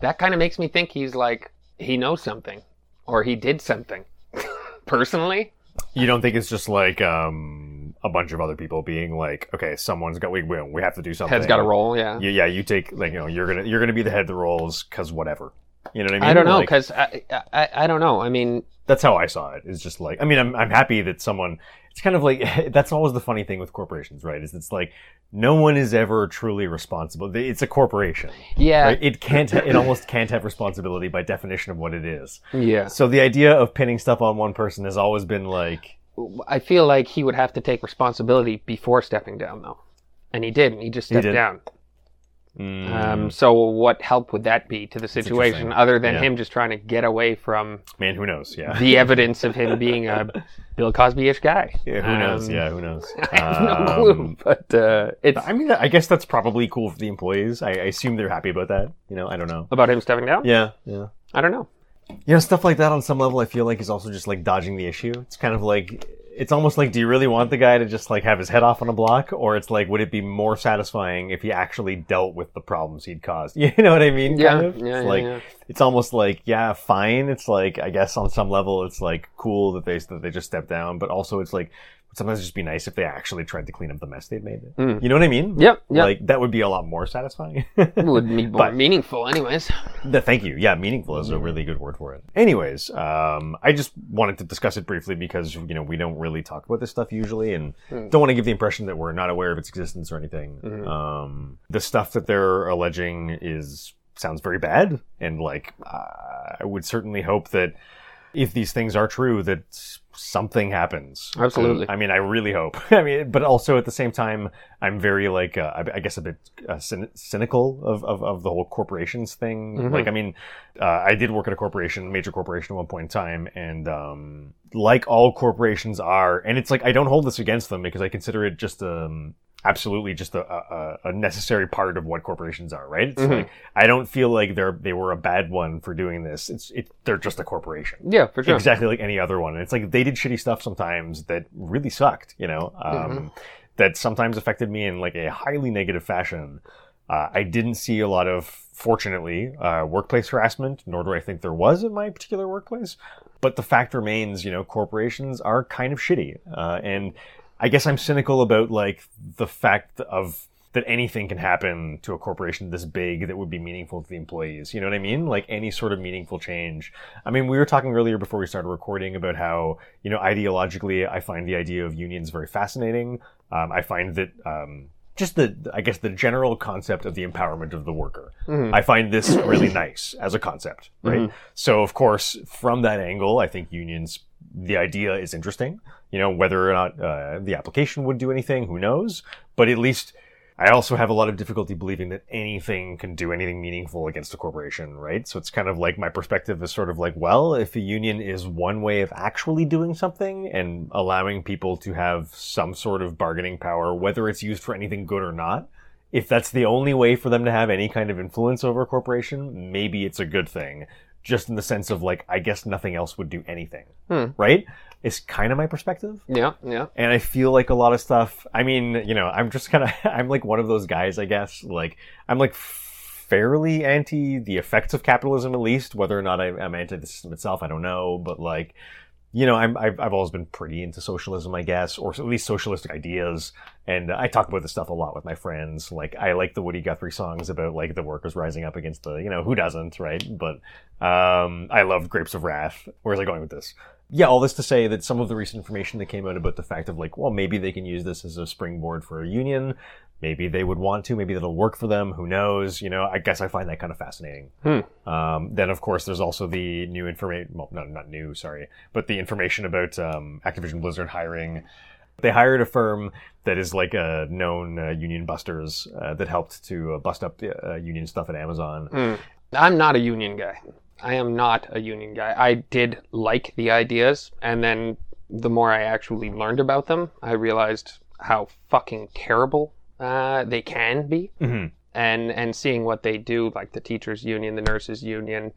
Speaker 1: that kind of makes me think he's like he knows something or he did something. (laughs) Personally,
Speaker 2: You don't think it's just like um, a bunch of other people being like, okay, someone's got we we, we have to do something.
Speaker 1: head's got a roll. Yeah,
Speaker 2: Yeah, yeah. You take like you know you're gonna you're gonna be the head that rolls because whatever. You know what I mean?
Speaker 1: I, don't know
Speaker 2: Like,
Speaker 1: because I, I, I I don't know. I mean,
Speaker 2: that's how I saw it. It's just like I mean I'm I'm happy that someone. It's kind of like (laughs) that's always the funny thing with corporations, right? Is it's like no one is ever truly responsible. They- It's a corporation.
Speaker 1: yeah,
Speaker 2: Right? It can't. It almost can't have responsibility by definition of what it is.
Speaker 1: yeah.
Speaker 2: So the idea of pinning stuff on one person has always been like,
Speaker 1: I feel like he would have to take responsibility before stepping down, though, and he didn't. He just
Speaker 2: He
Speaker 1: stepped
Speaker 2: didn't.
Speaker 1: down.
Speaker 2: mm,
Speaker 1: Um, so, what help would that be to the situation
Speaker 2: interesting.
Speaker 1: other than
Speaker 2: Yeah.
Speaker 1: him just trying to get away from
Speaker 2: man, who knows? Yeah.
Speaker 1: the evidence of him being a Bill Cosby-ish guy.
Speaker 2: Yeah, who knows?
Speaker 1: Um,
Speaker 2: Yeah, who knows?
Speaker 1: I have (laughs) no clue,
Speaker 2: Um,
Speaker 1: but uh, it's
Speaker 2: I mean, I guess that's probably cool for the employees. I, I assume they're happy about that. You know, I don't know.
Speaker 1: about him stepping down.
Speaker 2: Yeah, yeah.
Speaker 1: I don't know.
Speaker 2: You know, stuff like that on some level, I feel like is also just like dodging the issue. It's kind of like it's almost like do you really want the guy to just like have his head off on a block or it's like would it be more satisfying if he actually dealt with the problems he'd caused (laughs) you know what i mean
Speaker 1: Yeah,
Speaker 2: kind of?
Speaker 1: yeah,
Speaker 2: it's
Speaker 1: yeah,
Speaker 2: like
Speaker 1: yeah.
Speaker 2: it's almost like yeah fine it's like i guess on some level it's like cool that they that they just stepped down but also it's like sometimes it'd just be nice if they actually tried to clean up the mess they'd made
Speaker 1: Mm.
Speaker 2: you know what i mean
Speaker 1: Yep, yep.
Speaker 2: like that would be a lot more satisfying (laughs)
Speaker 1: it would be more
Speaker 2: But-
Speaker 1: meaningful, anyways.
Speaker 2: the, thank you. Yeah, meaningful
Speaker 1: Mm-hmm.
Speaker 2: is a really good word for it. Anyways, um, I just wanted to discuss it briefly because you know we don't really talk about this stuff usually, and
Speaker 1: Mm.
Speaker 2: don't want to give the impression that we're not aware of its existence or anything.
Speaker 1: Mhm.
Speaker 2: Um, the stuff that they're alleging is sounds very bad, and like I would certainly hope that if these things are true, that something happens.
Speaker 1: Absolutely.
Speaker 2: I mean, I really hope. (laughs) I mean, but also at the same time, I'm very like uh, I- I guess a bit uh, cyn- cynical of, of of the whole corporations thing.
Speaker 1: Mhm.
Speaker 2: Like, I mean, uh, I did work at a corporation, major corporation at one point in time, and um, like all corporations are, and it's like I don't hold this against them because I consider it just um absolutely just a, a, a necessary part of what corporations are, right? It's
Speaker 1: Mhm.
Speaker 2: like I don't feel like they're they were a bad one for doing this. It's it, they're just a corporation
Speaker 1: Yeah, for sure.
Speaker 2: exactly like any other one. And it's like they did shitty stuff sometimes that really sucked, you know, um, that sometimes affected me in like a highly negative fashion. Uh, I didn't see a lot of, fortunately, uh, workplace harassment, nor do I think there was in my particular workplace. But the fact remains, you know, corporations are kind of shitty. Uh, and I guess I'm cynical about like the fact of that anything can happen to a corporation this big that would be meaningful to the employees. You know what I mean? Like any sort of meaningful change. I mean, we were talking earlier before we started recording about how, you know, ideologically, I find the idea of unions very fascinating. Um, I find that um, just the, I guess, the general concept of the empowerment of the worker.
Speaker 1: Mhm.
Speaker 2: I find this really nice as a concept, right? So, of course, from that angle, I think unions, the idea is interesting. You know, whether or not uh, the application would do anything, who knows? But at least I also have a lot of difficulty believing that anything can do anything meaningful against a corporation, right? So it's kind of like my perspective is sort of like, well, if a union is one way of actually doing something and allowing people to have some sort of bargaining power, whether it's used for anything good or not, if that's the only way for them to have any kind of influence over a corporation, maybe it's a good thing. Just in the sense of like, I guess nothing else would do anything,
Speaker 1: Hmm.
Speaker 2: right? It's kind of my perspective
Speaker 1: Yeah, yeah.
Speaker 2: and I feel like a lot of stuff. I mean, you know, I'm just kind of (laughs) I'm like one of those guys, I guess. Like I'm like fairly anti the effects of capitalism, at least. Whether or not I, I'm anti the system itself, I don't know. But like, you know, I'm I've, I've always been pretty into socialism, I guess, or at least socialistic ideas. And I talk about this stuff a lot with my friends. Like I like the Woody Guthrie songs about like the workers rising up against the, you know, who doesn't, right? But um, I love Grapes of Wrath. Where's I going with this? yeah, all this to say that some of the recent information that came out about the fact of like, well, maybe they can use this as a springboard for a union. Maybe they would want to. Maybe that'll work for them. Who knows? You know, I guess I find that kind of fascinating. Um, then, of course, there's also the new information. Well, no, not new. Sorry, but the information about um, Activision Blizzard hiring. They hired a firm that is like a known uh, union busters uh, that helped to uh, bust up uh, union stuff at Amazon.
Speaker 1: Mm. I'm not a union guy. I am not a union guy. I did like the ideas, and then the more I actually learned about them, I realized how fucking terrible uh, they can be.
Speaker 2: Mhm.
Speaker 1: And and seeing what they do, like the teachers' union, the nurses' union,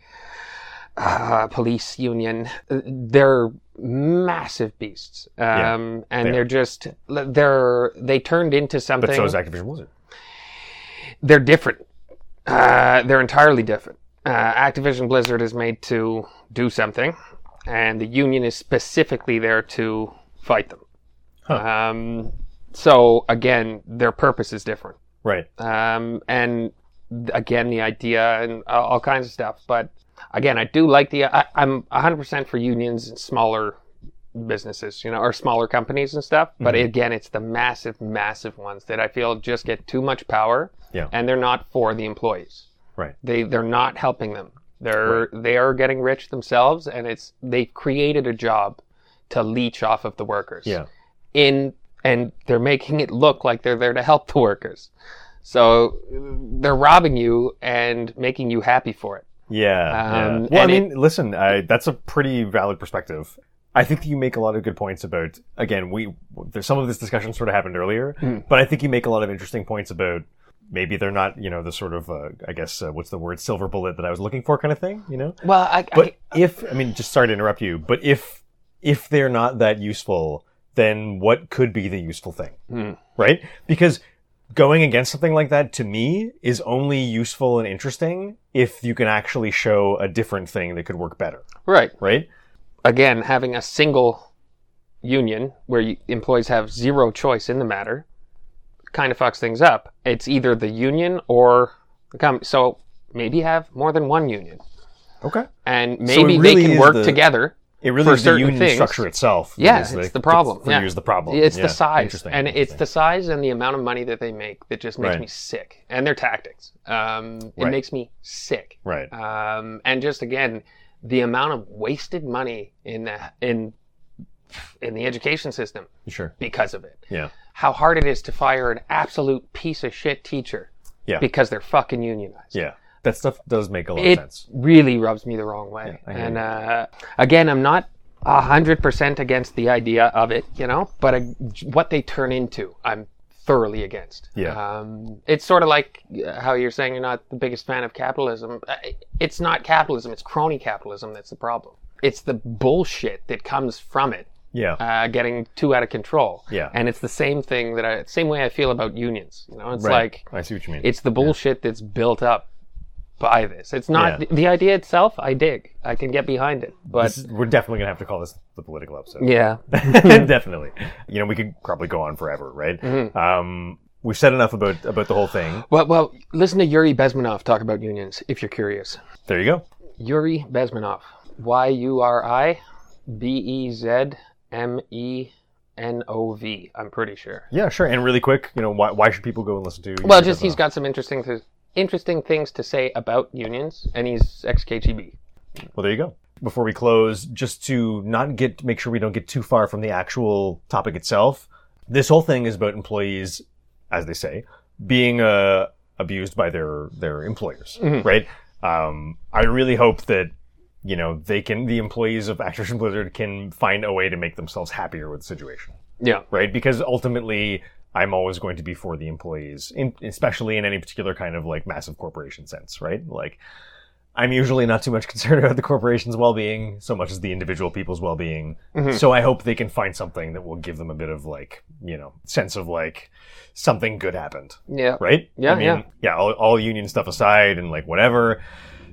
Speaker 1: uh, police union, they're massive beasts. Um,
Speaker 2: Yeah,
Speaker 1: and
Speaker 2: they are.
Speaker 1: they are just they're they turned into something
Speaker 2: But so is Activision Blizzard.
Speaker 1: they're different. Uh, they're entirely different. Uh, Activision Blizzard is made to do something, and the union is specifically there to fight them. Um, so again, their purpose is different.
Speaker 2: Right.
Speaker 1: Um, and th- again, the idea and all, all kinds of stuff. But again, I do like the. I, I'm 100% for unions and smaller businesses, you know, or smaller companies and stuff. But
Speaker 2: Mm-hmm.
Speaker 1: again, it's the massive, massive ones that I feel just get too much power.
Speaker 2: Yeah.
Speaker 1: And they're not for the employees.
Speaker 2: Right.
Speaker 1: They they're not helping them. They're they are getting rich themselves, and it's they've created a job to leech off of the workers.
Speaker 2: Yeah.
Speaker 1: In and they're making it look like they're there to help the workers. So they're robbing you and making you happy for it.
Speaker 2: Yeah.
Speaker 1: Um,
Speaker 2: yeah. Well, I
Speaker 1: and it-
Speaker 2: mean, listen, I, that's a pretty valid perspective. I think you make a lot of good points about. Again, we there's some of this discussion sort of happened earlier,
Speaker 1: Mm.
Speaker 2: but I think you make a lot of interesting points about maybe they're not, you know, the sort of uh, I guess uh, what's the word silver bullet that I was looking for kind of thing, you know.
Speaker 1: Well, I,
Speaker 2: But if I mean, just sorry to interrupt you, but if if they're not that useful, then what could be the useful thing?
Speaker 1: Hmm.
Speaker 2: Right? Because going against something like that to me is only useful and interesting if you can actually show a different thing that could work better,
Speaker 1: Right.
Speaker 2: right?
Speaker 1: Again, having a single union where you, employees have zero choice in the matter kind of fucks things up. It's either the union or the company. So maybe have more than one union.
Speaker 2: Okay.
Speaker 1: And
Speaker 2: So it
Speaker 1: maybe
Speaker 2: really
Speaker 1: they can
Speaker 2: is
Speaker 1: work
Speaker 2: the-
Speaker 1: together.
Speaker 2: It really
Speaker 1: For
Speaker 2: is the
Speaker 1: certain
Speaker 2: union
Speaker 1: things-
Speaker 2: structure itself. that
Speaker 1: Yeah,
Speaker 2: is
Speaker 1: it's the problem,
Speaker 2: that's For
Speaker 1: yeah.
Speaker 2: you is the problem.
Speaker 1: It's
Speaker 2: Yeah.
Speaker 1: the size,
Speaker 2: Interesting,
Speaker 1: and it's
Speaker 2: interesting.
Speaker 1: the size and the amount of money that they make that just makes
Speaker 2: Right.
Speaker 1: me sick. And their tactics, um, it
Speaker 2: Right.
Speaker 1: makes me sick.
Speaker 2: right.
Speaker 1: Um, and just again, the amount of wasted money in the in in the education system
Speaker 2: Sure.
Speaker 1: because of it.
Speaker 2: Yeah.
Speaker 1: How hard it is to fire an absolute piece of shit teacher.
Speaker 2: Yeah.
Speaker 1: Because they're fucking unionized.
Speaker 2: Yeah. That stuff does make a lot
Speaker 1: It
Speaker 2: of sense.
Speaker 1: really rubs me the wrong way.
Speaker 2: Yeah, I hear
Speaker 1: and uh, again, I'm not a hundred percent against the idea of it, you know, but uh, what they turn into, I'm thoroughly against.
Speaker 2: Yeah.
Speaker 1: Um, it's sort of like uh, how you're saying you're not the biggest fan of capitalism. Uh, It's not capitalism; it's crony capitalism that's the problem. It's the bullshit that comes from it
Speaker 2: Yeah.
Speaker 1: uh, getting too out of control.
Speaker 2: Yeah.
Speaker 1: And it's the same thing that I, same way I feel about unions. You know, it's
Speaker 2: Right.
Speaker 1: like
Speaker 2: I see what you mean.
Speaker 1: it's the bullshit that's built up by this. It's not
Speaker 2: Yeah.
Speaker 1: the, the idea itself. I dig. I can get behind it, but
Speaker 2: This is- we're definitely gonna have to call this the political episode.
Speaker 1: (laughs) yeah, (laughs)
Speaker 2: (laughs) definitely. You know, we could probably go on forever, right?
Speaker 1: Mm-hmm.
Speaker 2: Um, we've said enough about about the whole thing.
Speaker 1: well, well, listen to Yuri Bezmenov talk about unions if you're curious.
Speaker 2: There you go.
Speaker 1: Yuri Bezmenov, Y U R I B E Z M E N O V. I'm pretty sure.
Speaker 2: Yeah, sure. And really quick, you know, why, why should people go and listen to? you?
Speaker 1: Well, just he's got some interesting th- interesting things to say about unions, and he's ex KGB.
Speaker 2: Well, there you go. Before we close, just to not get make sure we don't get too far from the actual topic itself. This whole thing is about employees, as they say, being uh, abused by their their employers,
Speaker 1: Mhm.
Speaker 2: right? Um, I really hope that you know they can the employees of Activision Blizzard can find a way to make themselves happier with the situation.
Speaker 1: Yeah.
Speaker 2: right? Because ultimately, I'm always going to be for the employees, in, especially in any particular kind of like massive corporation sense, right? Like, I'm usually not too much (laughs) concerned about the corporation's well being so much as the individual people's well being.
Speaker 1: Mhm.
Speaker 2: So I hope they can find something that will give them a bit of like, you know, sense of like something good happened,
Speaker 1: Yeah.
Speaker 2: right?
Speaker 1: Yeah,
Speaker 2: I mean,
Speaker 1: yeah.
Speaker 2: all, all union stuff aside and like whatever,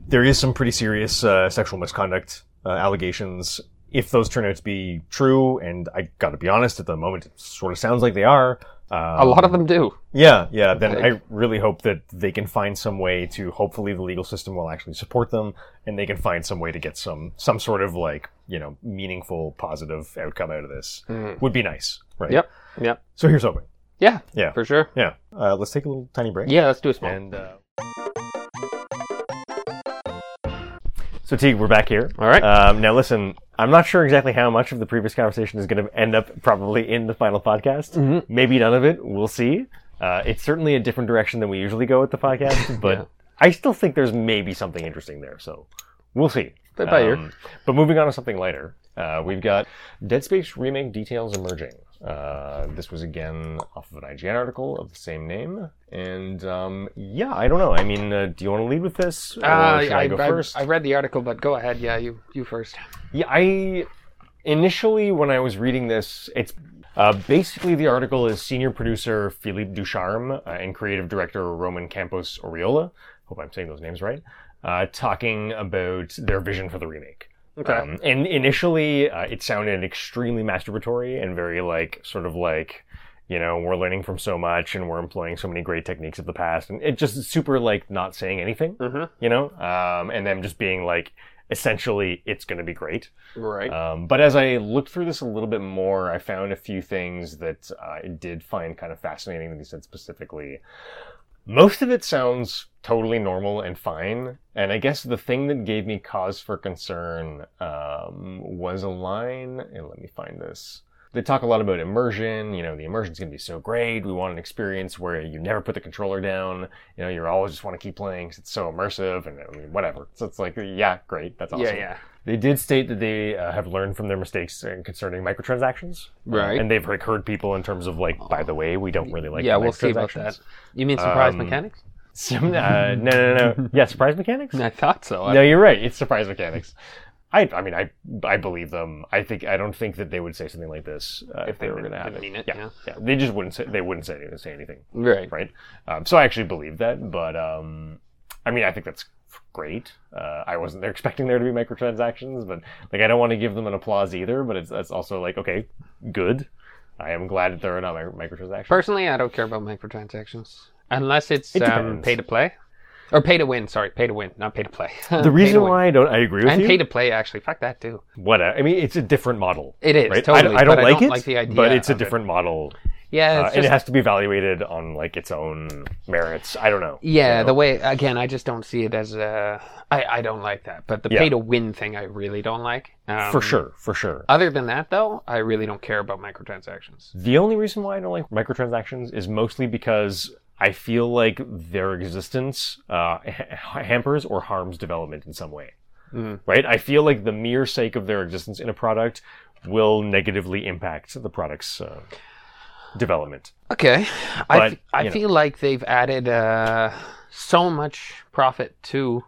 Speaker 2: there is some pretty serious uh, sexual misconduct uh, allegations. If those turn out to be true, and I gotta be honest, at the moment it sort of sounds like they are. Um,
Speaker 1: A lot of them do.
Speaker 2: yeah, yeah. Then
Speaker 1: Like-
Speaker 2: I really hope that they can find some way to. Hopefully, the legal system will actually support them, and they can find some way to get some some sort of like you know meaningful positive outcome out of this.
Speaker 1: Mhm.
Speaker 2: Would be nice, right?
Speaker 1: Yep, yep.
Speaker 2: So here's hoping.
Speaker 1: Yeah.
Speaker 2: Yeah.
Speaker 1: For sure.
Speaker 2: Yeah. Uh, let's take a little tiny break.
Speaker 1: Yeah. Let's do a small.
Speaker 2: And uh... so, Teague, we're back here.
Speaker 1: All right.
Speaker 2: Um, now, listen, I'm not sure exactly how much of the previous conversation is going to end up probably in the final podcast.
Speaker 1: Mhm.
Speaker 2: Maybe none of it. We'll see. Uh, it's certainly a different direction than we usually go with the podcast,
Speaker 1: (laughs)
Speaker 2: but
Speaker 1: Yeah.
Speaker 2: I still think there's maybe something interesting there. So, we'll see. Um,
Speaker 1: Bit by ear.
Speaker 2: but moving on to something lighter, uh, we've got Dead Space remake details emerging. Uh, this was again off of an IGN article of the same name, and um, yeah, I don't know. I mean, uh, do you want to lead with this, or
Speaker 1: Uh,
Speaker 2: should I, go first?
Speaker 1: I read the article, but go ahead. Yeah, you you first.
Speaker 2: Yeah, I initially when I was reading this, it's uh, basically the article is senior producer Philippe Ducharme uh, and creative director Roman Campos Oriola. Hope I'm saying those names right. Uh, talking about their vision for the remake. Um, and initially, uh, it sounded extremely masturbatory and very like sort of like, you know, we're learning from so much and we're employing so many great techniques of the past, and it just super like not saying anything,
Speaker 1: mm-hmm.
Speaker 2: you know, um, and them just being like, essentially, it's going to be great.
Speaker 1: Right.
Speaker 2: Um, but as I looked through this a little bit more, I found a few things that uh, I did find kind of fascinating that he said specifically. Most of it sounds totally normal and fine. And I guess the thing that gave me cause for concern um, was a line, and let me find this. They talk a lot about immersion. You know, the immersion's going to be so great. We want an experience where you never put the controller down. You know, you always just want to keep playing 'cause it's so immersive and I mean, whatever. So it's like, yeah, great. That's awesome.
Speaker 1: Yeah, yeah.
Speaker 2: They did state that they uh, have learned from their mistakes uh, concerning microtransactions, Uh,
Speaker 1: Right.
Speaker 2: and they've like heard people in terms of like, by the way, we don't really like.
Speaker 1: yeah, we'll see about that.
Speaker 2: microtransactions. (laughs)
Speaker 1: You mean surprise
Speaker 2: Um,
Speaker 1: mechanics? (laughs)
Speaker 2: Some, uh, no, no, no. Yeah, surprise mechanics.
Speaker 1: I thought so. I-
Speaker 2: No, you're right. It's surprise mechanics. I, I mean, I, I believe them. I think I don't think that they would say something like this uh, if they were going to have
Speaker 1: didn't
Speaker 2: it.
Speaker 1: mean it, yeah.
Speaker 2: They just wouldn't say they wouldn't say anything. Say anything
Speaker 1: Right.
Speaker 2: right? Um, so I actually believe that, but um, I mean, I think that's great. Uh, I wasn't there (laughs) expecting there to be microtransactions, but like, I don't want to give them an applause either. But it's that's also like, okay, good. I am glad that there are not mi- microtransactions.
Speaker 1: Personally, I don't care about microtransactions unless it's
Speaker 2: It
Speaker 1: um,
Speaker 2: depends.
Speaker 1: pay to play or pay to win. Sorry, pay to win, not pay to play. (laughs)
Speaker 2: the reason
Speaker 1: why
Speaker 2: why I don't, I agree with
Speaker 1: uh, and
Speaker 2: you.
Speaker 1: pay to play actually, fuck that too.
Speaker 2: what uh, I mean, it's a different model.
Speaker 1: It is
Speaker 2: Right?
Speaker 1: totally.
Speaker 2: I, I don't
Speaker 1: but
Speaker 2: like
Speaker 1: I don't
Speaker 2: it,
Speaker 1: like the idea.
Speaker 2: but it's a
Speaker 1: of it.
Speaker 2: different model,
Speaker 1: Yeah,
Speaker 2: uh,
Speaker 1: it's
Speaker 2: and
Speaker 1: just
Speaker 2: it has to be evaluated on like its own merits. I don't know.
Speaker 1: Yeah,
Speaker 2: you know?
Speaker 1: the way again, I just don't see it as a. I I don't like that, but the
Speaker 2: Yeah.
Speaker 1: pay to win thing, I really don't like. Um,
Speaker 2: for sure, for sure.
Speaker 1: Other than that, though, I really don't care about microtransactions.
Speaker 2: The only reason why I don't like microtransactions is mostly because I feel like their existence uh, (laughs) ha- hampers or harms development in some way,
Speaker 1: Mm.
Speaker 2: right? I feel like the mere sake of their existence in a product will negatively impact the product's uh, development.
Speaker 1: Okay, I
Speaker 2: But,
Speaker 1: f- I
Speaker 2: you know.
Speaker 1: feel like they've added uh, so much profit to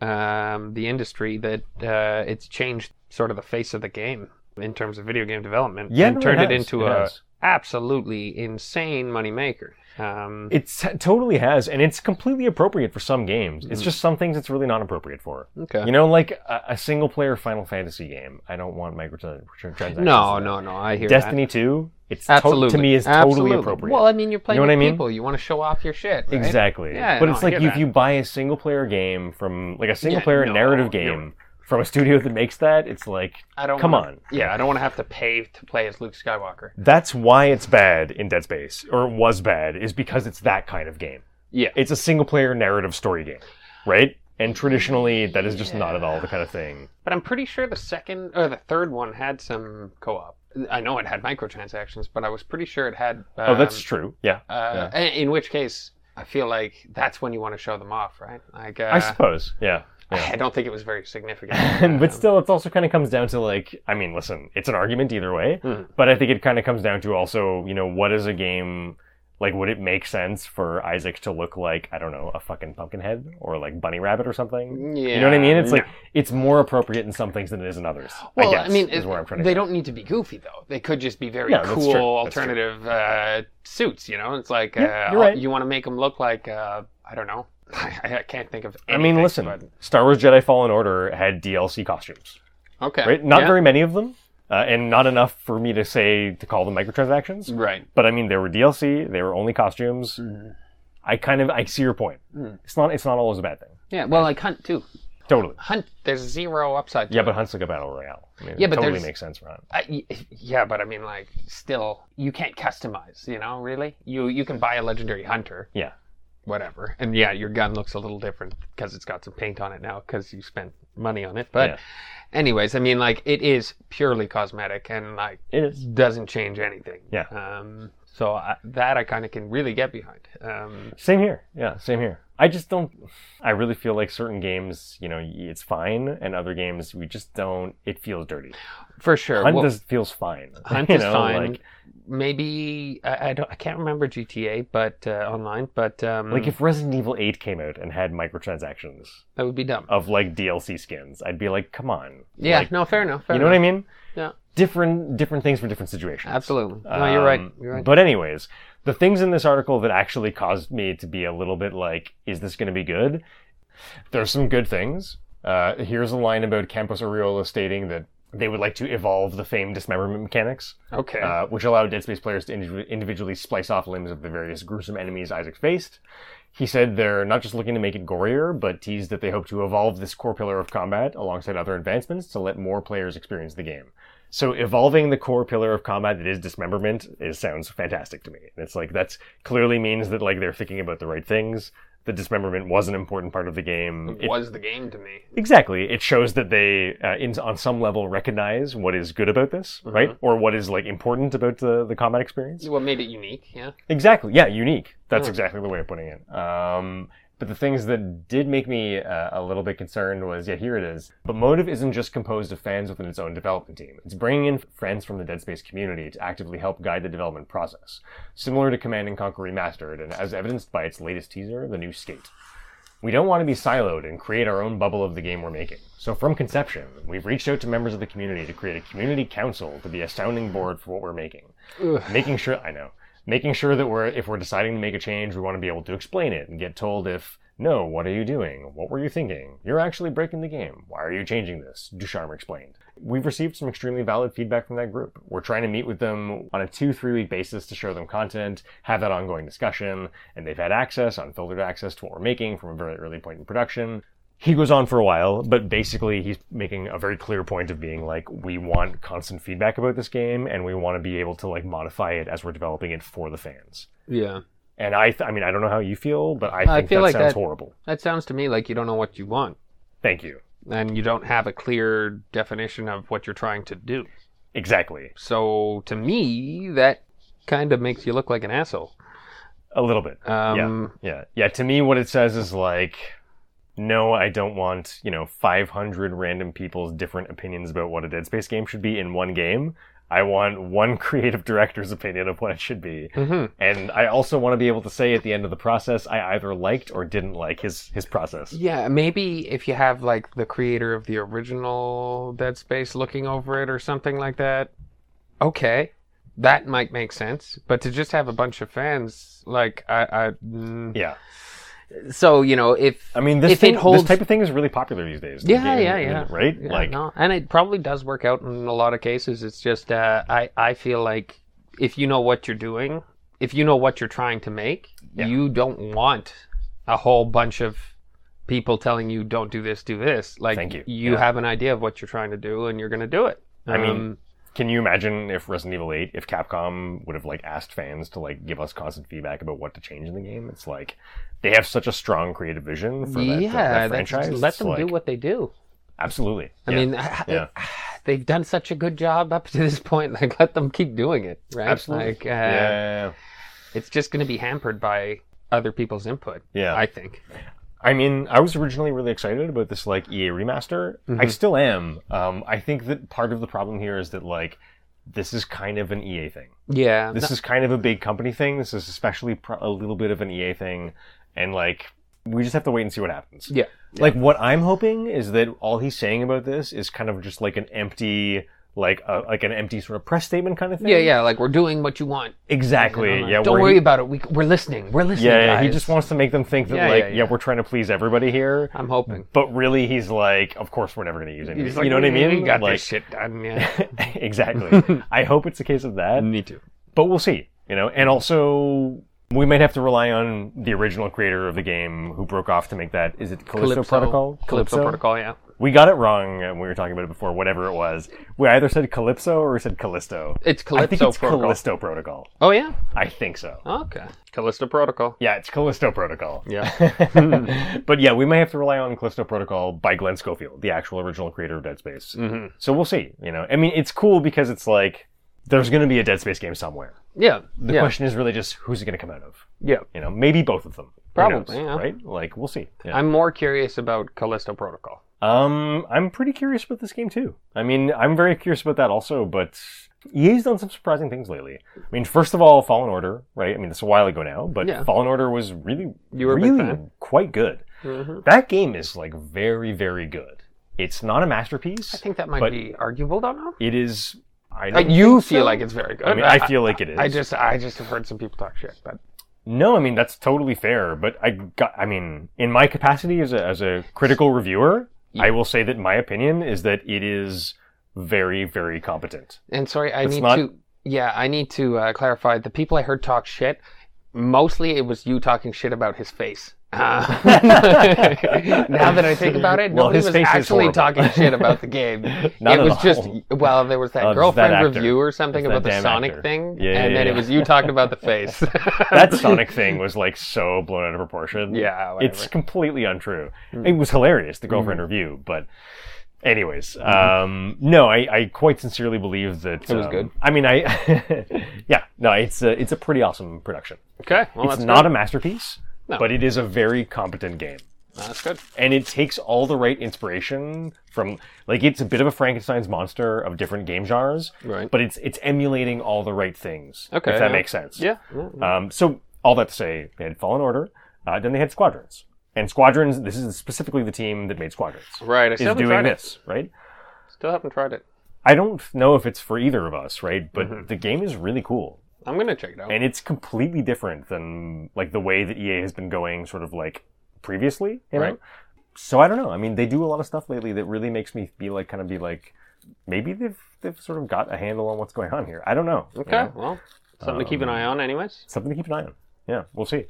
Speaker 1: um, the industry that uh, it's changed sort of the face of the game in terms of video game development and
Speaker 2: no,
Speaker 1: turned it,
Speaker 2: has.
Speaker 1: into a
Speaker 2: has.
Speaker 1: absolutely insane moneymaker. Um,
Speaker 2: It's it totally has, and it's completely appropriate for some games.
Speaker 1: Mm.
Speaker 2: It's just some things it's really not appropriate for.
Speaker 1: okay.
Speaker 2: You know, like a, a single player Final Fantasy game. I don't want microtransactions. in
Speaker 1: no,
Speaker 2: that.
Speaker 1: no, no. I hear that.
Speaker 2: Destiny 2, it's to-
Speaker 1: Absolutely.
Speaker 2: to me is totally
Speaker 1: Absolutely.
Speaker 2: appropriate.
Speaker 1: Well, I mean, you're playing
Speaker 2: know what
Speaker 1: with
Speaker 2: I mean?
Speaker 1: people. You want to show off your shit. Right?
Speaker 2: exactly.
Speaker 1: Yeah,
Speaker 2: but
Speaker 1: no,
Speaker 2: it's
Speaker 1: I
Speaker 2: like
Speaker 1: hear
Speaker 2: if
Speaker 1: that.
Speaker 2: you buy a single player game from like a single
Speaker 1: Yeah,
Speaker 2: player
Speaker 1: no,
Speaker 2: narrative
Speaker 1: you're-
Speaker 2: game from a studio that makes that, it's like
Speaker 1: I don't.
Speaker 2: come
Speaker 1: wanna-
Speaker 2: on.
Speaker 1: Yeah, I don't want to have to pay to play as Luke Skywalker.
Speaker 2: that's why it's bad in Dead Space or it was bad is because it's that kind of game.
Speaker 1: Yeah.
Speaker 2: It's a single player narrative story game, right? And traditionally that is just not at all the kind of thing.
Speaker 1: But I'm pretty sure the second or the third one had some co-op. I know it had microtransactions, but I was pretty sure it had. Um,
Speaker 2: oh, that's true. Yeah.
Speaker 1: Uh, in- In which case, I feel like that's when you want to show them off, right? Like, uh,
Speaker 2: I suppose. Yeah. yeah.
Speaker 1: I don't think it was very
Speaker 2: (laughs)
Speaker 1: significant. Um,
Speaker 2: but still, it also kind of comes down to like, I mean, listen, it's an argument either way,
Speaker 1: Mhm.
Speaker 2: but I think it kind of comes down to also, you know, what is a game like? Would it make sense for Isaac to look like I don't know a fucking pumpkin head or like bunny rabbit or something?
Speaker 1: yeah,
Speaker 2: you know what I mean? It's
Speaker 1: no.
Speaker 2: like it's more appropriate in some things than it is in others.
Speaker 1: Well,
Speaker 2: I, guess,
Speaker 1: mean,
Speaker 2: is
Speaker 1: it-
Speaker 2: where I'm trying to.
Speaker 1: they
Speaker 2: go.
Speaker 1: don't need to be goofy though. They could just be very
Speaker 2: Yeah, that's
Speaker 1: cool
Speaker 2: true. That's true.
Speaker 1: alternative uh, suits. You know, it's like
Speaker 2: Yeah,
Speaker 1: uh,
Speaker 2: you're right.
Speaker 1: you want to make them look like uh, I don't know. (laughs) I, I can't think of.
Speaker 2: I
Speaker 1: Anything,
Speaker 2: mean, listen,
Speaker 1: but-
Speaker 2: Star Wars Jedi Fallen Order had DLC costumes,
Speaker 1: okay,
Speaker 2: right? Not
Speaker 1: yeah,
Speaker 2: very many of them, uh, and not enough for me to say to call them microtransactions.
Speaker 1: right.
Speaker 2: But I mean, they were DLC. They were only costumes. I kind of I see your point.
Speaker 1: Mm-hmm. Mm.
Speaker 2: It's not it's not always a bad thing.
Speaker 1: Yeah, well, like Hunt too.
Speaker 2: Totally.
Speaker 1: Hunt, there's zero upside. To
Speaker 2: Yeah,
Speaker 1: it.
Speaker 2: but Hunt's like a battle royale. I mean,
Speaker 1: Yeah,
Speaker 2: it
Speaker 1: but
Speaker 2: totally
Speaker 1: there's-
Speaker 2: makes sense, Ron.
Speaker 1: I- y- yeah, but I mean, like, still, you can't customize. You know, really, you you can buy a legendary hunter.
Speaker 2: Yeah.
Speaker 1: Whatever, and yeah, your gun looks a little different because it's got some paint on it now because you spent money on it. But,
Speaker 2: Yeah.
Speaker 1: anyways, I mean, like, it is purely cosmetic and like
Speaker 2: It is.
Speaker 1: doesn't change anything.
Speaker 2: Yeah.
Speaker 1: Um. So I, that I kind of can really get behind. Um.
Speaker 2: Same here. Yeah, same here. I just don't. I really feel like certain games, you know, y- it's fine, and other games we just don't. It feels dirty.
Speaker 1: For sure.
Speaker 2: Hunt
Speaker 1: Well,
Speaker 2: (laughs) does, feels fine.
Speaker 1: Hunt
Speaker 2: (laughs) you
Speaker 1: is
Speaker 2: know,
Speaker 1: fine.
Speaker 2: Like,
Speaker 1: Maybe I, I don't. I can't remember GTA, but uh, online, but um,
Speaker 2: like if Resident Evil Eight came out and had microtransactions
Speaker 1: that would be dumb.
Speaker 2: of like DLC skins, I'd be like, come on.
Speaker 1: yeah.
Speaker 2: Like,
Speaker 1: no. Fair enough. (laughs) Fair
Speaker 2: you know
Speaker 1: enough.
Speaker 2: what I mean?
Speaker 1: Yeah.
Speaker 2: Different different things for different situations.
Speaker 1: Absolutely. No, you're right.
Speaker 2: Um,
Speaker 1: You're right.
Speaker 2: But anyways, the things in this article that actually caused me to be a little bit like, is this going to be good? There's some good things. Uh, here's a line about Campos Aureola stating that they would like to evolve the famed dismemberment mechanics,
Speaker 1: okay.
Speaker 2: uh, which allow Dead Space players to indiv- individually splice off limbs of the various gruesome enemies Isaac faced. He said they're not just looking to make it gorier, but teased that they hope to evolve this core pillar of combat alongside other advancements to let more players experience the game. So evolving the core pillar of combat that is dismemberment is sounds fantastic to me. And it's like that's clearly means that like they're thinking about the right things. The dismemberment was an important part of the game.
Speaker 1: it
Speaker 2: It-
Speaker 1: was the game to me.
Speaker 2: Exactly. It shows that they, uh, in, on some level, recognize what is good about this, right? Or what is like important about the, the combat experience.
Speaker 1: What made it unique? Yeah.
Speaker 2: Exactly. Yeah, unique. That's
Speaker 1: Yeah.
Speaker 2: exactly the way of putting it. Um, but the things that did make me uh, a little bit concerned was, yeah, here it is. But Motive isn't just composed of fans within its own development team. It's bringing in friends from the Dead Space community to actively help guide the development process, similar to Command and Conquer Remastered, and as evidenced by its latest teaser, the new Skate. We don't want to be siloed and create our own bubble of the game we're making. So, from conception, we've reached out to members of the community to create a community council to be a sounding board for what we're making.
Speaker 1: Ugh.
Speaker 2: Making sure, I know, making sure that we're, if we're deciding to make a change, we want to be able to explain it and get told if, no, what are you doing? What were you thinking? You're actually breaking the game. Why are you changing this? Ducharme explained. We've received some extremely valid feedback from that group. We're trying to meet with them on a two, three week basis to show them content, have that ongoing discussion, and they've had access, unfiltered access to what we're making from a very early point in production. He goes on for a while, but basically he's making a very clear point of being like, we want constant feedback about this game, and we want to be able to like modify it as we're developing it for the fans.
Speaker 1: Yeah.
Speaker 2: And I, th- I mean, I don't know how you feel, but I think
Speaker 1: I feel
Speaker 2: that
Speaker 1: like
Speaker 2: sounds
Speaker 1: that-
Speaker 2: horrible.
Speaker 1: That sounds to me like you don't know what you want
Speaker 2: Thank you.
Speaker 1: and you don't have a clear definition of what you're trying to do.
Speaker 2: Exactly.
Speaker 1: So to me, that kind of makes you look like an asshole.
Speaker 2: A little bit.
Speaker 1: Um,
Speaker 2: Yeah. Yeah. To me, what it says is like, no, I don't want, you know, 500 random people's different opinions about what a Dead Space game should be in one game. I want one (laughs) creative director's opinion of what it should be.
Speaker 1: mhm.
Speaker 2: And I also want to be able to say at the end of the process, I either liked or didn't like his, his process.
Speaker 1: Yeah, maybe if you have like the creator of the original Dead Space looking over it or something like that. Okay, that might make sense. But to just have a bunch of fans, like I, I mm.
Speaker 2: Yeah.
Speaker 1: so you know if
Speaker 2: I mean, this,
Speaker 1: If it
Speaker 2: thing-
Speaker 1: holds-
Speaker 2: this type of thing is really popular these days.
Speaker 1: Yeah,
Speaker 2: The game-
Speaker 1: yeah, yeah.
Speaker 2: Right?
Speaker 1: yeah,
Speaker 2: like,
Speaker 1: no, and it probably does work out in a lot of cases. It's just uh, I I feel like if you know what you're doing, if you know what you're trying to make,
Speaker 2: Yeah.
Speaker 1: you don't want a whole bunch of people telling you don't do this, do this. Like
Speaker 2: Thank you. Yeah.
Speaker 1: have an idea of what you're trying to do, and you're going to do it.
Speaker 2: I mean,
Speaker 1: Um,
Speaker 2: Can you imagine if Resident Evil 8, if Capcom would have like asked fans to like give us constant feedback about what to change in the game? It's like they have such a strong creative vision for that,
Speaker 1: Um, yeah,
Speaker 2: that
Speaker 1: that's-
Speaker 2: franchise.
Speaker 1: let
Speaker 2: It's
Speaker 1: them do
Speaker 2: like-
Speaker 1: what they do.
Speaker 2: Absolutely.
Speaker 1: I
Speaker 2: Yeah.
Speaker 1: mean, (laughs) uh,
Speaker 2: Yeah.
Speaker 1: they've done such a good job up to this point. Like, let them keep doing it, right?
Speaker 2: absolutely.
Speaker 1: Like, uh,
Speaker 2: yeah,
Speaker 1: it's just going to be hampered by other people's input.
Speaker 2: yeah.
Speaker 1: I think.
Speaker 2: I mean, I was originally really excited about this like EA remaster. I
Speaker 1: Mhm.
Speaker 2: still am. Um, I think that part of the problem here is that like this is kind of an EA thing.
Speaker 1: Yeah.
Speaker 2: This is kind of a big company thing. This is especially pro- a little bit of an EA thing, and like we just have to wait and see what happens.
Speaker 1: Yeah.
Speaker 2: Like what I'm hoping is that all he's saying about this is kind of just like an empty, like a, like an empty sort of press statement kind of thing.
Speaker 1: yeah, yeah. Like we're doing what you want.
Speaker 2: Exactly.
Speaker 1: Like,
Speaker 2: yeah.
Speaker 1: Don't
Speaker 2: where
Speaker 1: worry
Speaker 2: he-
Speaker 1: about it. We, we're listening. We're listening.
Speaker 2: yeah, yeah, he
Speaker 1: guys.
Speaker 2: just wants to make them think that
Speaker 1: Yeah,
Speaker 2: like
Speaker 1: yeah,
Speaker 2: yeah,
Speaker 1: yeah.
Speaker 2: we're trying to please everybody here,
Speaker 1: I'm hoping.
Speaker 2: but really he's like, of course we're never going to use any. of
Speaker 1: He's
Speaker 2: these.
Speaker 1: like,
Speaker 2: you know what I mean?
Speaker 1: We got
Speaker 2: like,
Speaker 1: this shit Mm. done. Yeah. (laughs)
Speaker 2: exactly. (laughs) I hope it's a case of that.
Speaker 1: Me too.
Speaker 2: but we'll see you know and also we might have to rely on the original creator of the game who broke off to make that is it calypso, protocol
Speaker 1: Calypso, protocol. Yeah.
Speaker 2: we got it wrong uh, when we were talking about it before whatever it was we either said calypso or we said callisto
Speaker 1: It's Calypso
Speaker 2: i think it's
Speaker 1: protocol.
Speaker 2: callisto protocol
Speaker 1: Oh yeah.
Speaker 2: i think so
Speaker 1: Okay. Callisto protocol.
Speaker 2: yeah it's callisto protocol
Speaker 1: Yeah.
Speaker 2: (laughs) but yeah we may have to rely on callisto protocol by glenn schofield the actual original creator of dead space
Speaker 1: hmm
Speaker 2: so we'll see you know i mean it's cool because it's like there's going to be a dead space game somewhere
Speaker 1: Yeah.
Speaker 2: the
Speaker 1: yeah.
Speaker 2: question is really just who's it going to come out of
Speaker 1: Yeah.
Speaker 2: you know, maybe both of them. Who
Speaker 1: Probably,
Speaker 2: knows,
Speaker 1: yeah.
Speaker 2: right? Like we'll see. Yeah.
Speaker 1: I'm more curious about Callisto protocol.
Speaker 2: um, I'm pretty curious about this game too. I mean, I'm very curious about that also. But EA's done some surprising things lately. I mean, first of all, Fallen Order, right? I mean, it's a while ago now, but
Speaker 1: Yeah.
Speaker 2: Fallen Order was really,
Speaker 1: You were a big
Speaker 2: really
Speaker 1: fan.
Speaker 2: quite good.
Speaker 1: hmm
Speaker 2: That game is like very, very good. It's not a masterpiece.
Speaker 1: I think that might
Speaker 2: But-
Speaker 1: be arguable. Don't know.
Speaker 2: it is. I
Speaker 1: Uh,
Speaker 2: don't
Speaker 1: you
Speaker 2: think
Speaker 1: feel
Speaker 2: so.
Speaker 1: like it's very good.
Speaker 2: I mean, I feel like it is.
Speaker 1: I just, I just have heard some people talk shit, but
Speaker 2: No, I mean that's totally fair, but I got I mean, in my capacity as a as a critical reviewer,
Speaker 1: Yeah.
Speaker 2: I will say that my opinion is that it is very very
Speaker 1: (laughs)
Speaker 2: competent.
Speaker 1: And sorry, I
Speaker 2: It's
Speaker 1: need
Speaker 2: not-
Speaker 1: to. Yeah, I need to uh, clarify. The people I heard talk shit, mostly it was you talking shit about his face. Uh, (laughs) now that I think about it,
Speaker 2: Well,
Speaker 1: nobody
Speaker 2: his
Speaker 1: was
Speaker 2: face is
Speaker 1: actually
Speaker 2: horrible.
Speaker 1: talking shit about the game.
Speaker 2: (laughs) Not
Speaker 1: it
Speaker 2: at
Speaker 1: was
Speaker 2: all.
Speaker 1: just well, there was that
Speaker 2: Oh, it's that
Speaker 1: girlfriend
Speaker 2: actor.
Speaker 1: review or something
Speaker 2: It's that
Speaker 1: about the
Speaker 2: damn
Speaker 1: Sonic
Speaker 2: actor.
Speaker 1: thing,
Speaker 2: Yeah,
Speaker 1: and
Speaker 2: yeah,
Speaker 1: then it
Speaker 2: yeah.
Speaker 1: was you talking about the face.
Speaker 2: (laughs) That Sonic thing was like so blown out of proportion.
Speaker 1: Oh. Yeah, whatever. Hmm.
Speaker 2: It's completely untrue.
Speaker 1: Mm.
Speaker 2: It was hilarious, the girlfriend review, but anyways, um, no, I, I quite sincerely believe that
Speaker 1: Hmm. It was
Speaker 2: um,
Speaker 1: good.
Speaker 2: I mean, I (laughs) yeah, no, it's a, it's a pretty awesome production.
Speaker 1: okay. Well,
Speaker 2: it's
Speaker 1: that's
Speaker 2: not
Speaker 1: good.
Speaker 2: a masterpiece,
Speaker 1: No.
Speaker 2: but it is a very competent game.
Speaker 1: That's good.
Speaker 2: And it takes all the right inspiration from like it's a bit of a Frankenstein's monster of different game genres,
Speaker 1: Right.
Speaker 2: but it's it's emulating all the right things.
Speaker 1: Okay,
Speaker 2: if that
Speaker 1: yeah.
Speaker 2: makes sense.
Speaker 1: Yeah. yeah, yeah.
Speaker 2: Um, so all that to say, they had Fallen Order, uh, then they had Squadrons. And Squadrons, this is specifically the team that made Squadrons,
Speaker 1: Right. I still
Speaker 2: is
Speaker 1: haven't
Speaker 2: doing
Speaker 1: tried
Speaker 2: this, right?
Speaker 1: it. Still haven't tried it.
Speaker 2: I don't know if it's for either of us, right? But
Speaker 1: Mhm.
Speaker 2: the game is really cool.
Speaker 1: I'm gonna check it out.
Speaker 2: And it's completely different than like the way that EA has been going sort of like previously, you know?
Speaker 1: Right.
Speaker 2: So I don't know. I mean, they do a lot of stuff lately that really makes me be like kind of be like maybe they've they've sort of got a handle on what's going on here. I don't know. you
Speaker 1: okay.
Speaker 2: know?
Speaker 1: Well, something to keep an
Speaker 2: Um,
Speaker 1: eye on, anyways.
Speaker 2: Something to keep an eye on. Yeah, we'll see.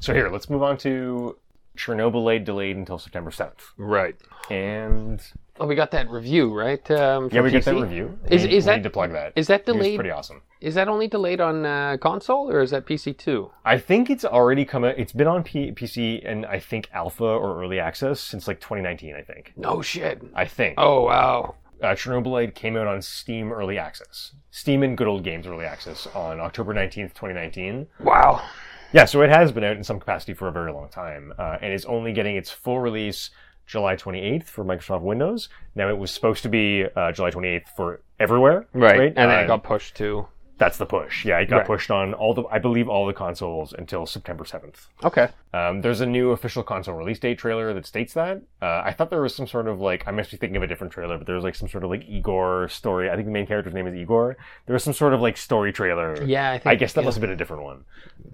Speaker 2: So here, let's move on to Chernobyl delayed, delayed until September 7th.
Speaker 1: Right.
Speaker 2: And
Speaker 1: Oh, we got that review, right? Um,
Speaker 2: yeah,
Speaker 1: for
Speaker 2: we got that
Speaker 1: PC?
Speaker 2: review.
Speaker 1: Is-
Speaker 2: we,
Speaker 1: is
Speaker 2: we
Speaker 1: that-
Speaker 2: need to plug that.
Speaker 1: Is that
Speaker 2: It was
Speaker 1: delayed?
Speaker 2: pretty awesome.
Speaker 1: Is that only delayed on uh, console or is that PC too?
Speaker 2: I think it's already come. out- It's been on P- PC and I think alpha or early access since like 2019. I think.
Speaker 1: No shit.
Speaker 2: I think.
Speaker 1: Oh wow.
Speaker 2: Uh, Chernobylite came out on Steam early access. Steam and Good Old Games early access on October 19th, 2019.
Speaker 1: Wow.
Speaker 2: Yeah, so it has been out in some capacity for a very long time, uh, and it's only getting its full release July 28th for Microsoft Windows. Now it was supposed to be uh, July 28th for everywhere,
Speaker 1: And then it
Speaker 2: Uh,
Speaker 1: got pushed too.
Speaker 2: that's the push. Yeah, it got
Speaker 1: Right.
Speaker 2: pushed on all the, I believe, all the consoles until September 7th.
Speaker 1: Okay.
Speaker 2: Um, there's a new official console release date trailer that states that. Uh, I thought there was some sort of like I must be thinking of a different trailer, but there was like some sort of like Igor story. I think the main character's name is Igor. There was some sort of like story trailer.
Speaker 1: Yeah, I think
Speaker 2: I guess that
Speaker 1: yeah.
Speaker 2: must have been a different one.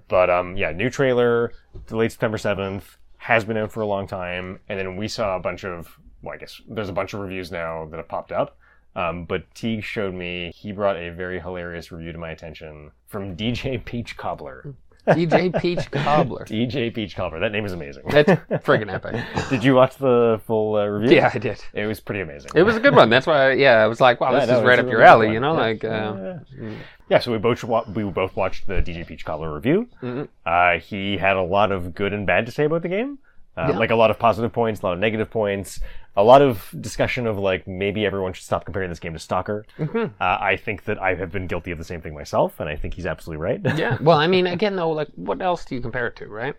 Speaker 2: But um, yeah, new trailer delayed September 7th has been out for a long time, and then we saw a bunch of well, I guess there's a bunch of reviews now that have popped up. Um, but Teague showed me he brought a very hilarious review to my attention from DJ Peach
Speaker 1: Hmm.
Speaker 2: Cobbler.
Speaker 1: DJ Peach
Speaker 2: (laughs)
Speaker 1: Cobbler.
Speaker 2: DJ Peach Cobbler, that name is amazing.
Speaker 1: That's friggin' epic.
Speaker 2: (laughs) Did you watch the full uh, review?
Speaker 1: Yeah, I did.
Speaker 2: It was pretty amazing.
Speaker 1: It was a good one. That's why, yeah, I was like, wow,
Speaker 2: Yeah,
Speaker 1: this
Speaker 2: no,
Speaker 1: is
Speaker 2: it
Speaker 1: right up
Speaker 2: was a
Speaker 1: your
Speaker 2: really good
Speaker 1: alley,
Speaker 2: one.
Speaker 1: you know?
Speaker 2: Yeah.
Speaker 1: Like, uh,
Speaker 2: yeah. Yeah, so we both wa- we both watched the DJ Peach Cobbler review.
Speaker 1: Mhm.
Speaker 2: Uh, he had a lot of good and bad to say about the game, uh,
Speaker 1: Yeah.
Speaker 2: like a lot of positive points, a lot of negative points, a lot of discussion of like maybe everyone should stop comparing this game to Stalker.
Speaker 1: Mhm.
Speaker 2: Uh, I think that I have been guilty of the same thing myself, and I think he's absolutely right.
Speaker 1: yeah. Well, I mean, again, though, like, what else do you compare it to, right?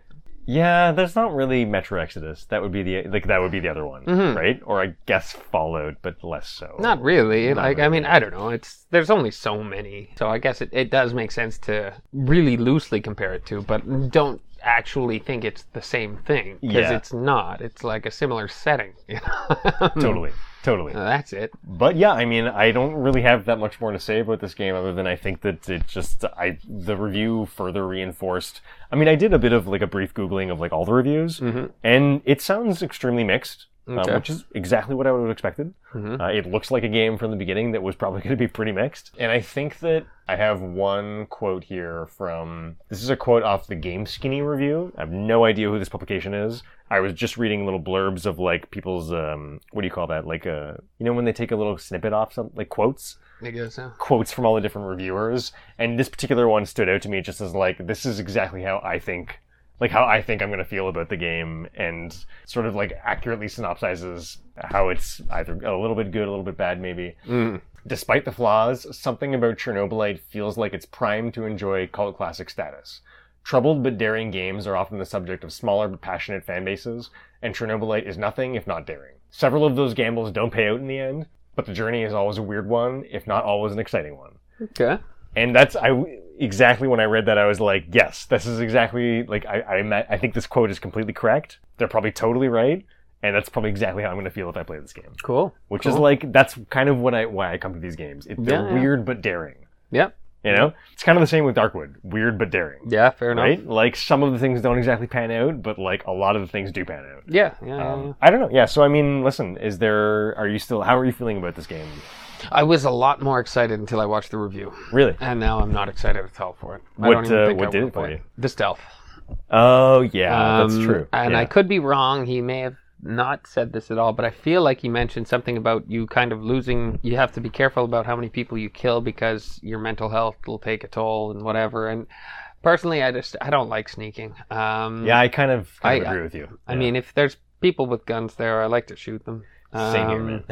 Speaker 2: (laughs) yeah, there's not really Metro Exodus. That would be the like that would be the other one,
Speaker 1: Mhm.
Speaker 2: right? Or I guess Fallout, but less so.
Speaker 1: Not really.
Speaker 2: Not
Speaker 1: like, I mean,
Speaker 2: really.
Speaker 1: I don't know. It's There's only so many. So I guess it, it does make sense to really loosely compare it to, but don't actually think it's the same thing because
Speaker 2: Yeah.
Speaker 1: it's not. It's like a similar setting. (laughs) you know?
Speaker 2: totally, totally.
Speaker 1: That's it.
Speaker 2: But yeah, I mean, I don't really have that much more to say about this game other than I think that it just I the review further reinforced. I mean, I did a bit of like a brief googling of like all the reviews,
Speaker 1: Mhm.
Speaker 2: and it sounds extremely mixed, um,
Speaker 1: Okay.
Speaker 2: which is exactly what I would have expected.
Speaker 1: Mhm.
Speaker 2: Uh, it looks like a game from the beginning that was probably (laughs) going to be pretty mixed. And I think that I have one quote here from this is a quote off the Game Skinny review. I have no idea who this publication is. I was just reading little blurbs of like people's um, what do you call that? Like uh, you know when they take a little snippet off some like quotes
Speaker 1: I guess so.
Speaker 2: quotes from all the different reviewers, and this particular one stood out to me just as like this is exactly how I think, like how I think I'm gonna feel about the game, and sort of like accurately synopsizes how it's either a little bit good, a little bit bad, maybe.
Speaker 1: Mm.
Speaker 2: Despite the flaws, something about Chernobylite feels like it's primed to enjoy cult classic status. Troubled but daring games are often the subject of smaller but passionate fan bases, and Chernobylite is nothing if not daring. Several of those gambles don't pay out in the end, but the journey is always a weird one, if not always an exciting one.
Speaker 1: Okay.
Speaker 2: And that's I exactly when I read that I was like, yes, this is exactly like I I, ima- I think this quote is completely correct. They're probably totally right, and that's probably exactly how I'm going to feel if I play this game
Speaker 1: Cool.
Speaker 2: which is
Speaker 1: Cool.
Speaker 2: like that's kind of what I why I come to these games. It, they're
Speaker 1: Yeah, yeah.
Speaker 2: weird but daring.
Speaker 1: Yep.
Speaker 2: You know, it's kind of the same with Darkwood. Weird but daring.
Speaker 1: Yeah, fair enough.
Speaker 2: Right? Like some of the things don't exactly pan out, but like a lot of the things do pan out.
Speaker 1: Yeah, yeah, yeah, yeah.
Speaker 2: Um, I don't know. Yeah. So I mean, listen, is there? Are you still? How are you feeling about this game?
Speaker 1: I was a lot more excited until I watched the review,
Speaker 2: Really?
Speaker 1: and now I'm not excited at all for it. I
Speaker 2: What,
Speaker 1: don't even
Speaker 2: uh,
Speaker 1: think
Speaker 2: what
Speaker 1: I
Speaker 2: did
Speaker 1: will
Speaker 2: it for
Speaker 1: play
Speaker 2: you?
Speaker 1: The stealth.
Speaker 2: Oh yeah, that's
Speaker 1: Um,
Speaker 2: true.
Speaker 1: And
Speaker 2: yeah.
Speaker 1: I could be wrong. He may have not said this at all, but I feel like he mentioned something about you kind of losing. You have to be careful about how many people you kill because your mental health will take a toll and whatever. And personally, I just I don't like sneaking. Um,
Speaker 2: yeah, I kind of, kind of
Speaker 1: I-
Speaker 2: agree with you.
Speaker 1: I
Speaker 2: Yeah.
Speaker 1: mean, if there's people with guns there, I like to shoot them.
Speaker 2: same here,
Speaker 1: Um,
Speaker 2: man.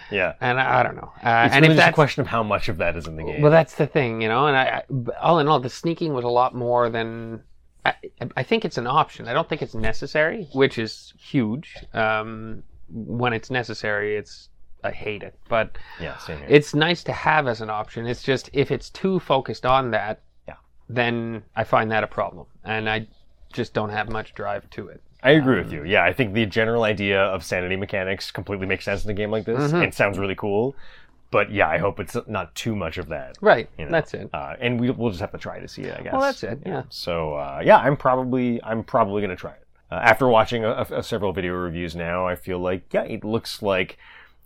Speaker 1: (laughs)
Speaker 2: yeah.
Speaker 1: And I, I don't know. Uh,
Speaker 2: It's
Speaker 1: and
Speaker 2: really
Speaker 1: if
Speaker 2: just a
Speaker 1: that's
Speaker 2: question of how much of that is in the game.
Speaker 1: Well, that's the thing, you know. And I, I- b- all in all, the sneaking was a lot more than. I, I think it's an option. I don't think it's necessary, which is huge. Um, when it's necessary, it's I hate it, but
Speaker 2: yeah, same here.
Speaker 1: it's nice to have as an option. It's just if it's too focused on that,
Speaker 2: Yeah.
Speaker 1: then I find that a problem, and I just don't have much drive to it.
Speaker 2: I agree
Speaker 1: um,
Speaker 2: with you. Yeah, I think the general idea of sanity mechanics completely makes sense in a game like this.
Speaker 1: Mhm.
Speaker 2: It sounds really cool, but yeah, I hope it's not too much of that.
Speaker 1: Right.
Speaker 2: You know.
Speaker 1: That's it.
Speaker 2: Uh, and we, we'll just have to try to see it, I guess.
Speaker 1: Well, that's it. Yeah.
Speaker 2: So uh, yeah, I'm probably I'm probably gonna try it. Uh, after watching a, a- several video reviews now, I feel like yeah, it looks like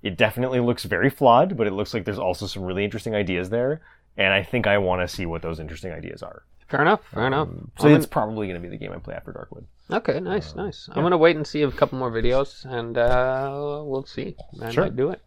Speaker 2: it definitely looks very flawed, but it looks like there's also some really interesting ideas there, and I think I want to see what those interesting ideas are.
Speaker 1: Fair enough. Fair enough.
Speaker 2: Um, so
Speaker 1: I'm
Speaker 2: it's probably gonna be the game I play after Darkwood.
Speaker 1: Okay. Nice. Nice.
Speaker 2: Uh, yeah.
Speaker 1: I'm gonna wait and see a couple more videos, and uh, we'll see. I
Speaker 2: Sure.
Speaker 1: might do it.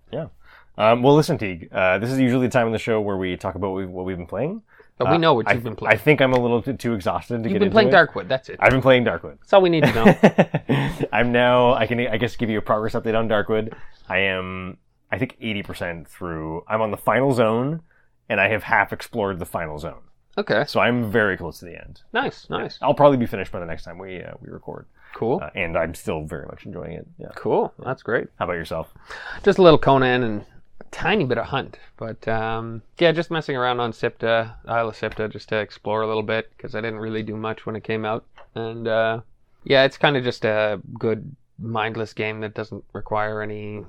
Speaker 2: Um, well, listen, Teague. Uh, this is usually the time in the show where we talk about what we've, what we've been playing.
Speaker 1: But we
Speaker 2: Uh,
Speaker 1: know what
Speaker 2: I-
Speaker 1: you've been
Speaker 2: I
Speaker 1: playing.
Speaker 2: think I'm a little too, too exhausted to
Speaker 1: You've
Speaker 2: get
Speaker 1: been
Speaker 2: into
Speaker 1: playing
Speaker 2: it.
Speaker 1: Darkwood. That's it.
Speaker 2: I've been playing Darkwood.
Speaker 1: That's all we need to know.
Speaker 2: (laughs) I'm now. I can. I guess give you a progress update on Darkwood. I am. I think 80% through. I'm on the final zone, and I have half explored the final zone.
Speaker 1: okay.
Speaker 2: So I'm very close to the end.
Speaker 1: Nice. Nice.
Speaker 2: I'll probably be finished by the next time we uh, we record,
Speaker 1: Cool.
Speaker 2: uh, and I'm still very much enjoying it. Yeah.
Speaker 1: Cool. That's great.
Speaker 2: How about yourself?
Speaker 1: Just a little Conan and a tiny bit of Hunt, but um, yeah, just messing around on Sipta, Isle of Sipta, just to explore a little bit because I didn't really do much when it came out, and uh, yeah, it's kind of just a good mindless game that doesn't require any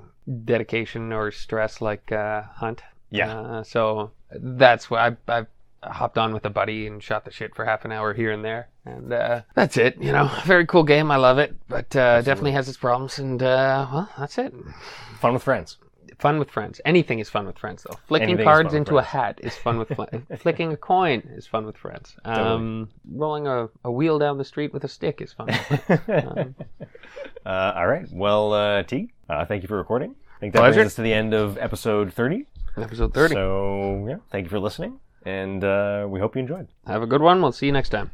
Speaker 1: dedication or stress like uh, Hunt.
Speaker 2: Yeah.
Speaker 1: Uh, so that's why I, I hopped on with a buddy and shot the shit for half an hour here and there. And uh, that's it, you know. (laughs) Very cool game. I love it, but uh, definitely has its problems. And uh, well, that's it.
Speaker 2: Fun with friends.
Speaker 1: Fun with friends. Anything is fun with friends, though. Flicking
Speaker 2: Anything is fun
Speaker 1: cards
Speaker 2: with
Speaker 1: into a hat is fun with friends.
Speaker 2: (laughs)
Speaker 1: Flicking a coin is fun with friends. Um, Rolling a, a wheel down the street with a stick is fun.
Speaker 2: (laughs)
Speaker 1: with friends.
Speaker 2: uh, all right. Well, uh, Teague, uh, thank you for recording. I think that
Speaker 1: Pleasure.
Speaker 2: brings us to the end of episode 30.
Speaker 1: Episode 30.
Speaker 2: So yeah, thank you for listening, and uh, we hope you enjoyed.
Speaker 1: Have a good one. We'll see you next time.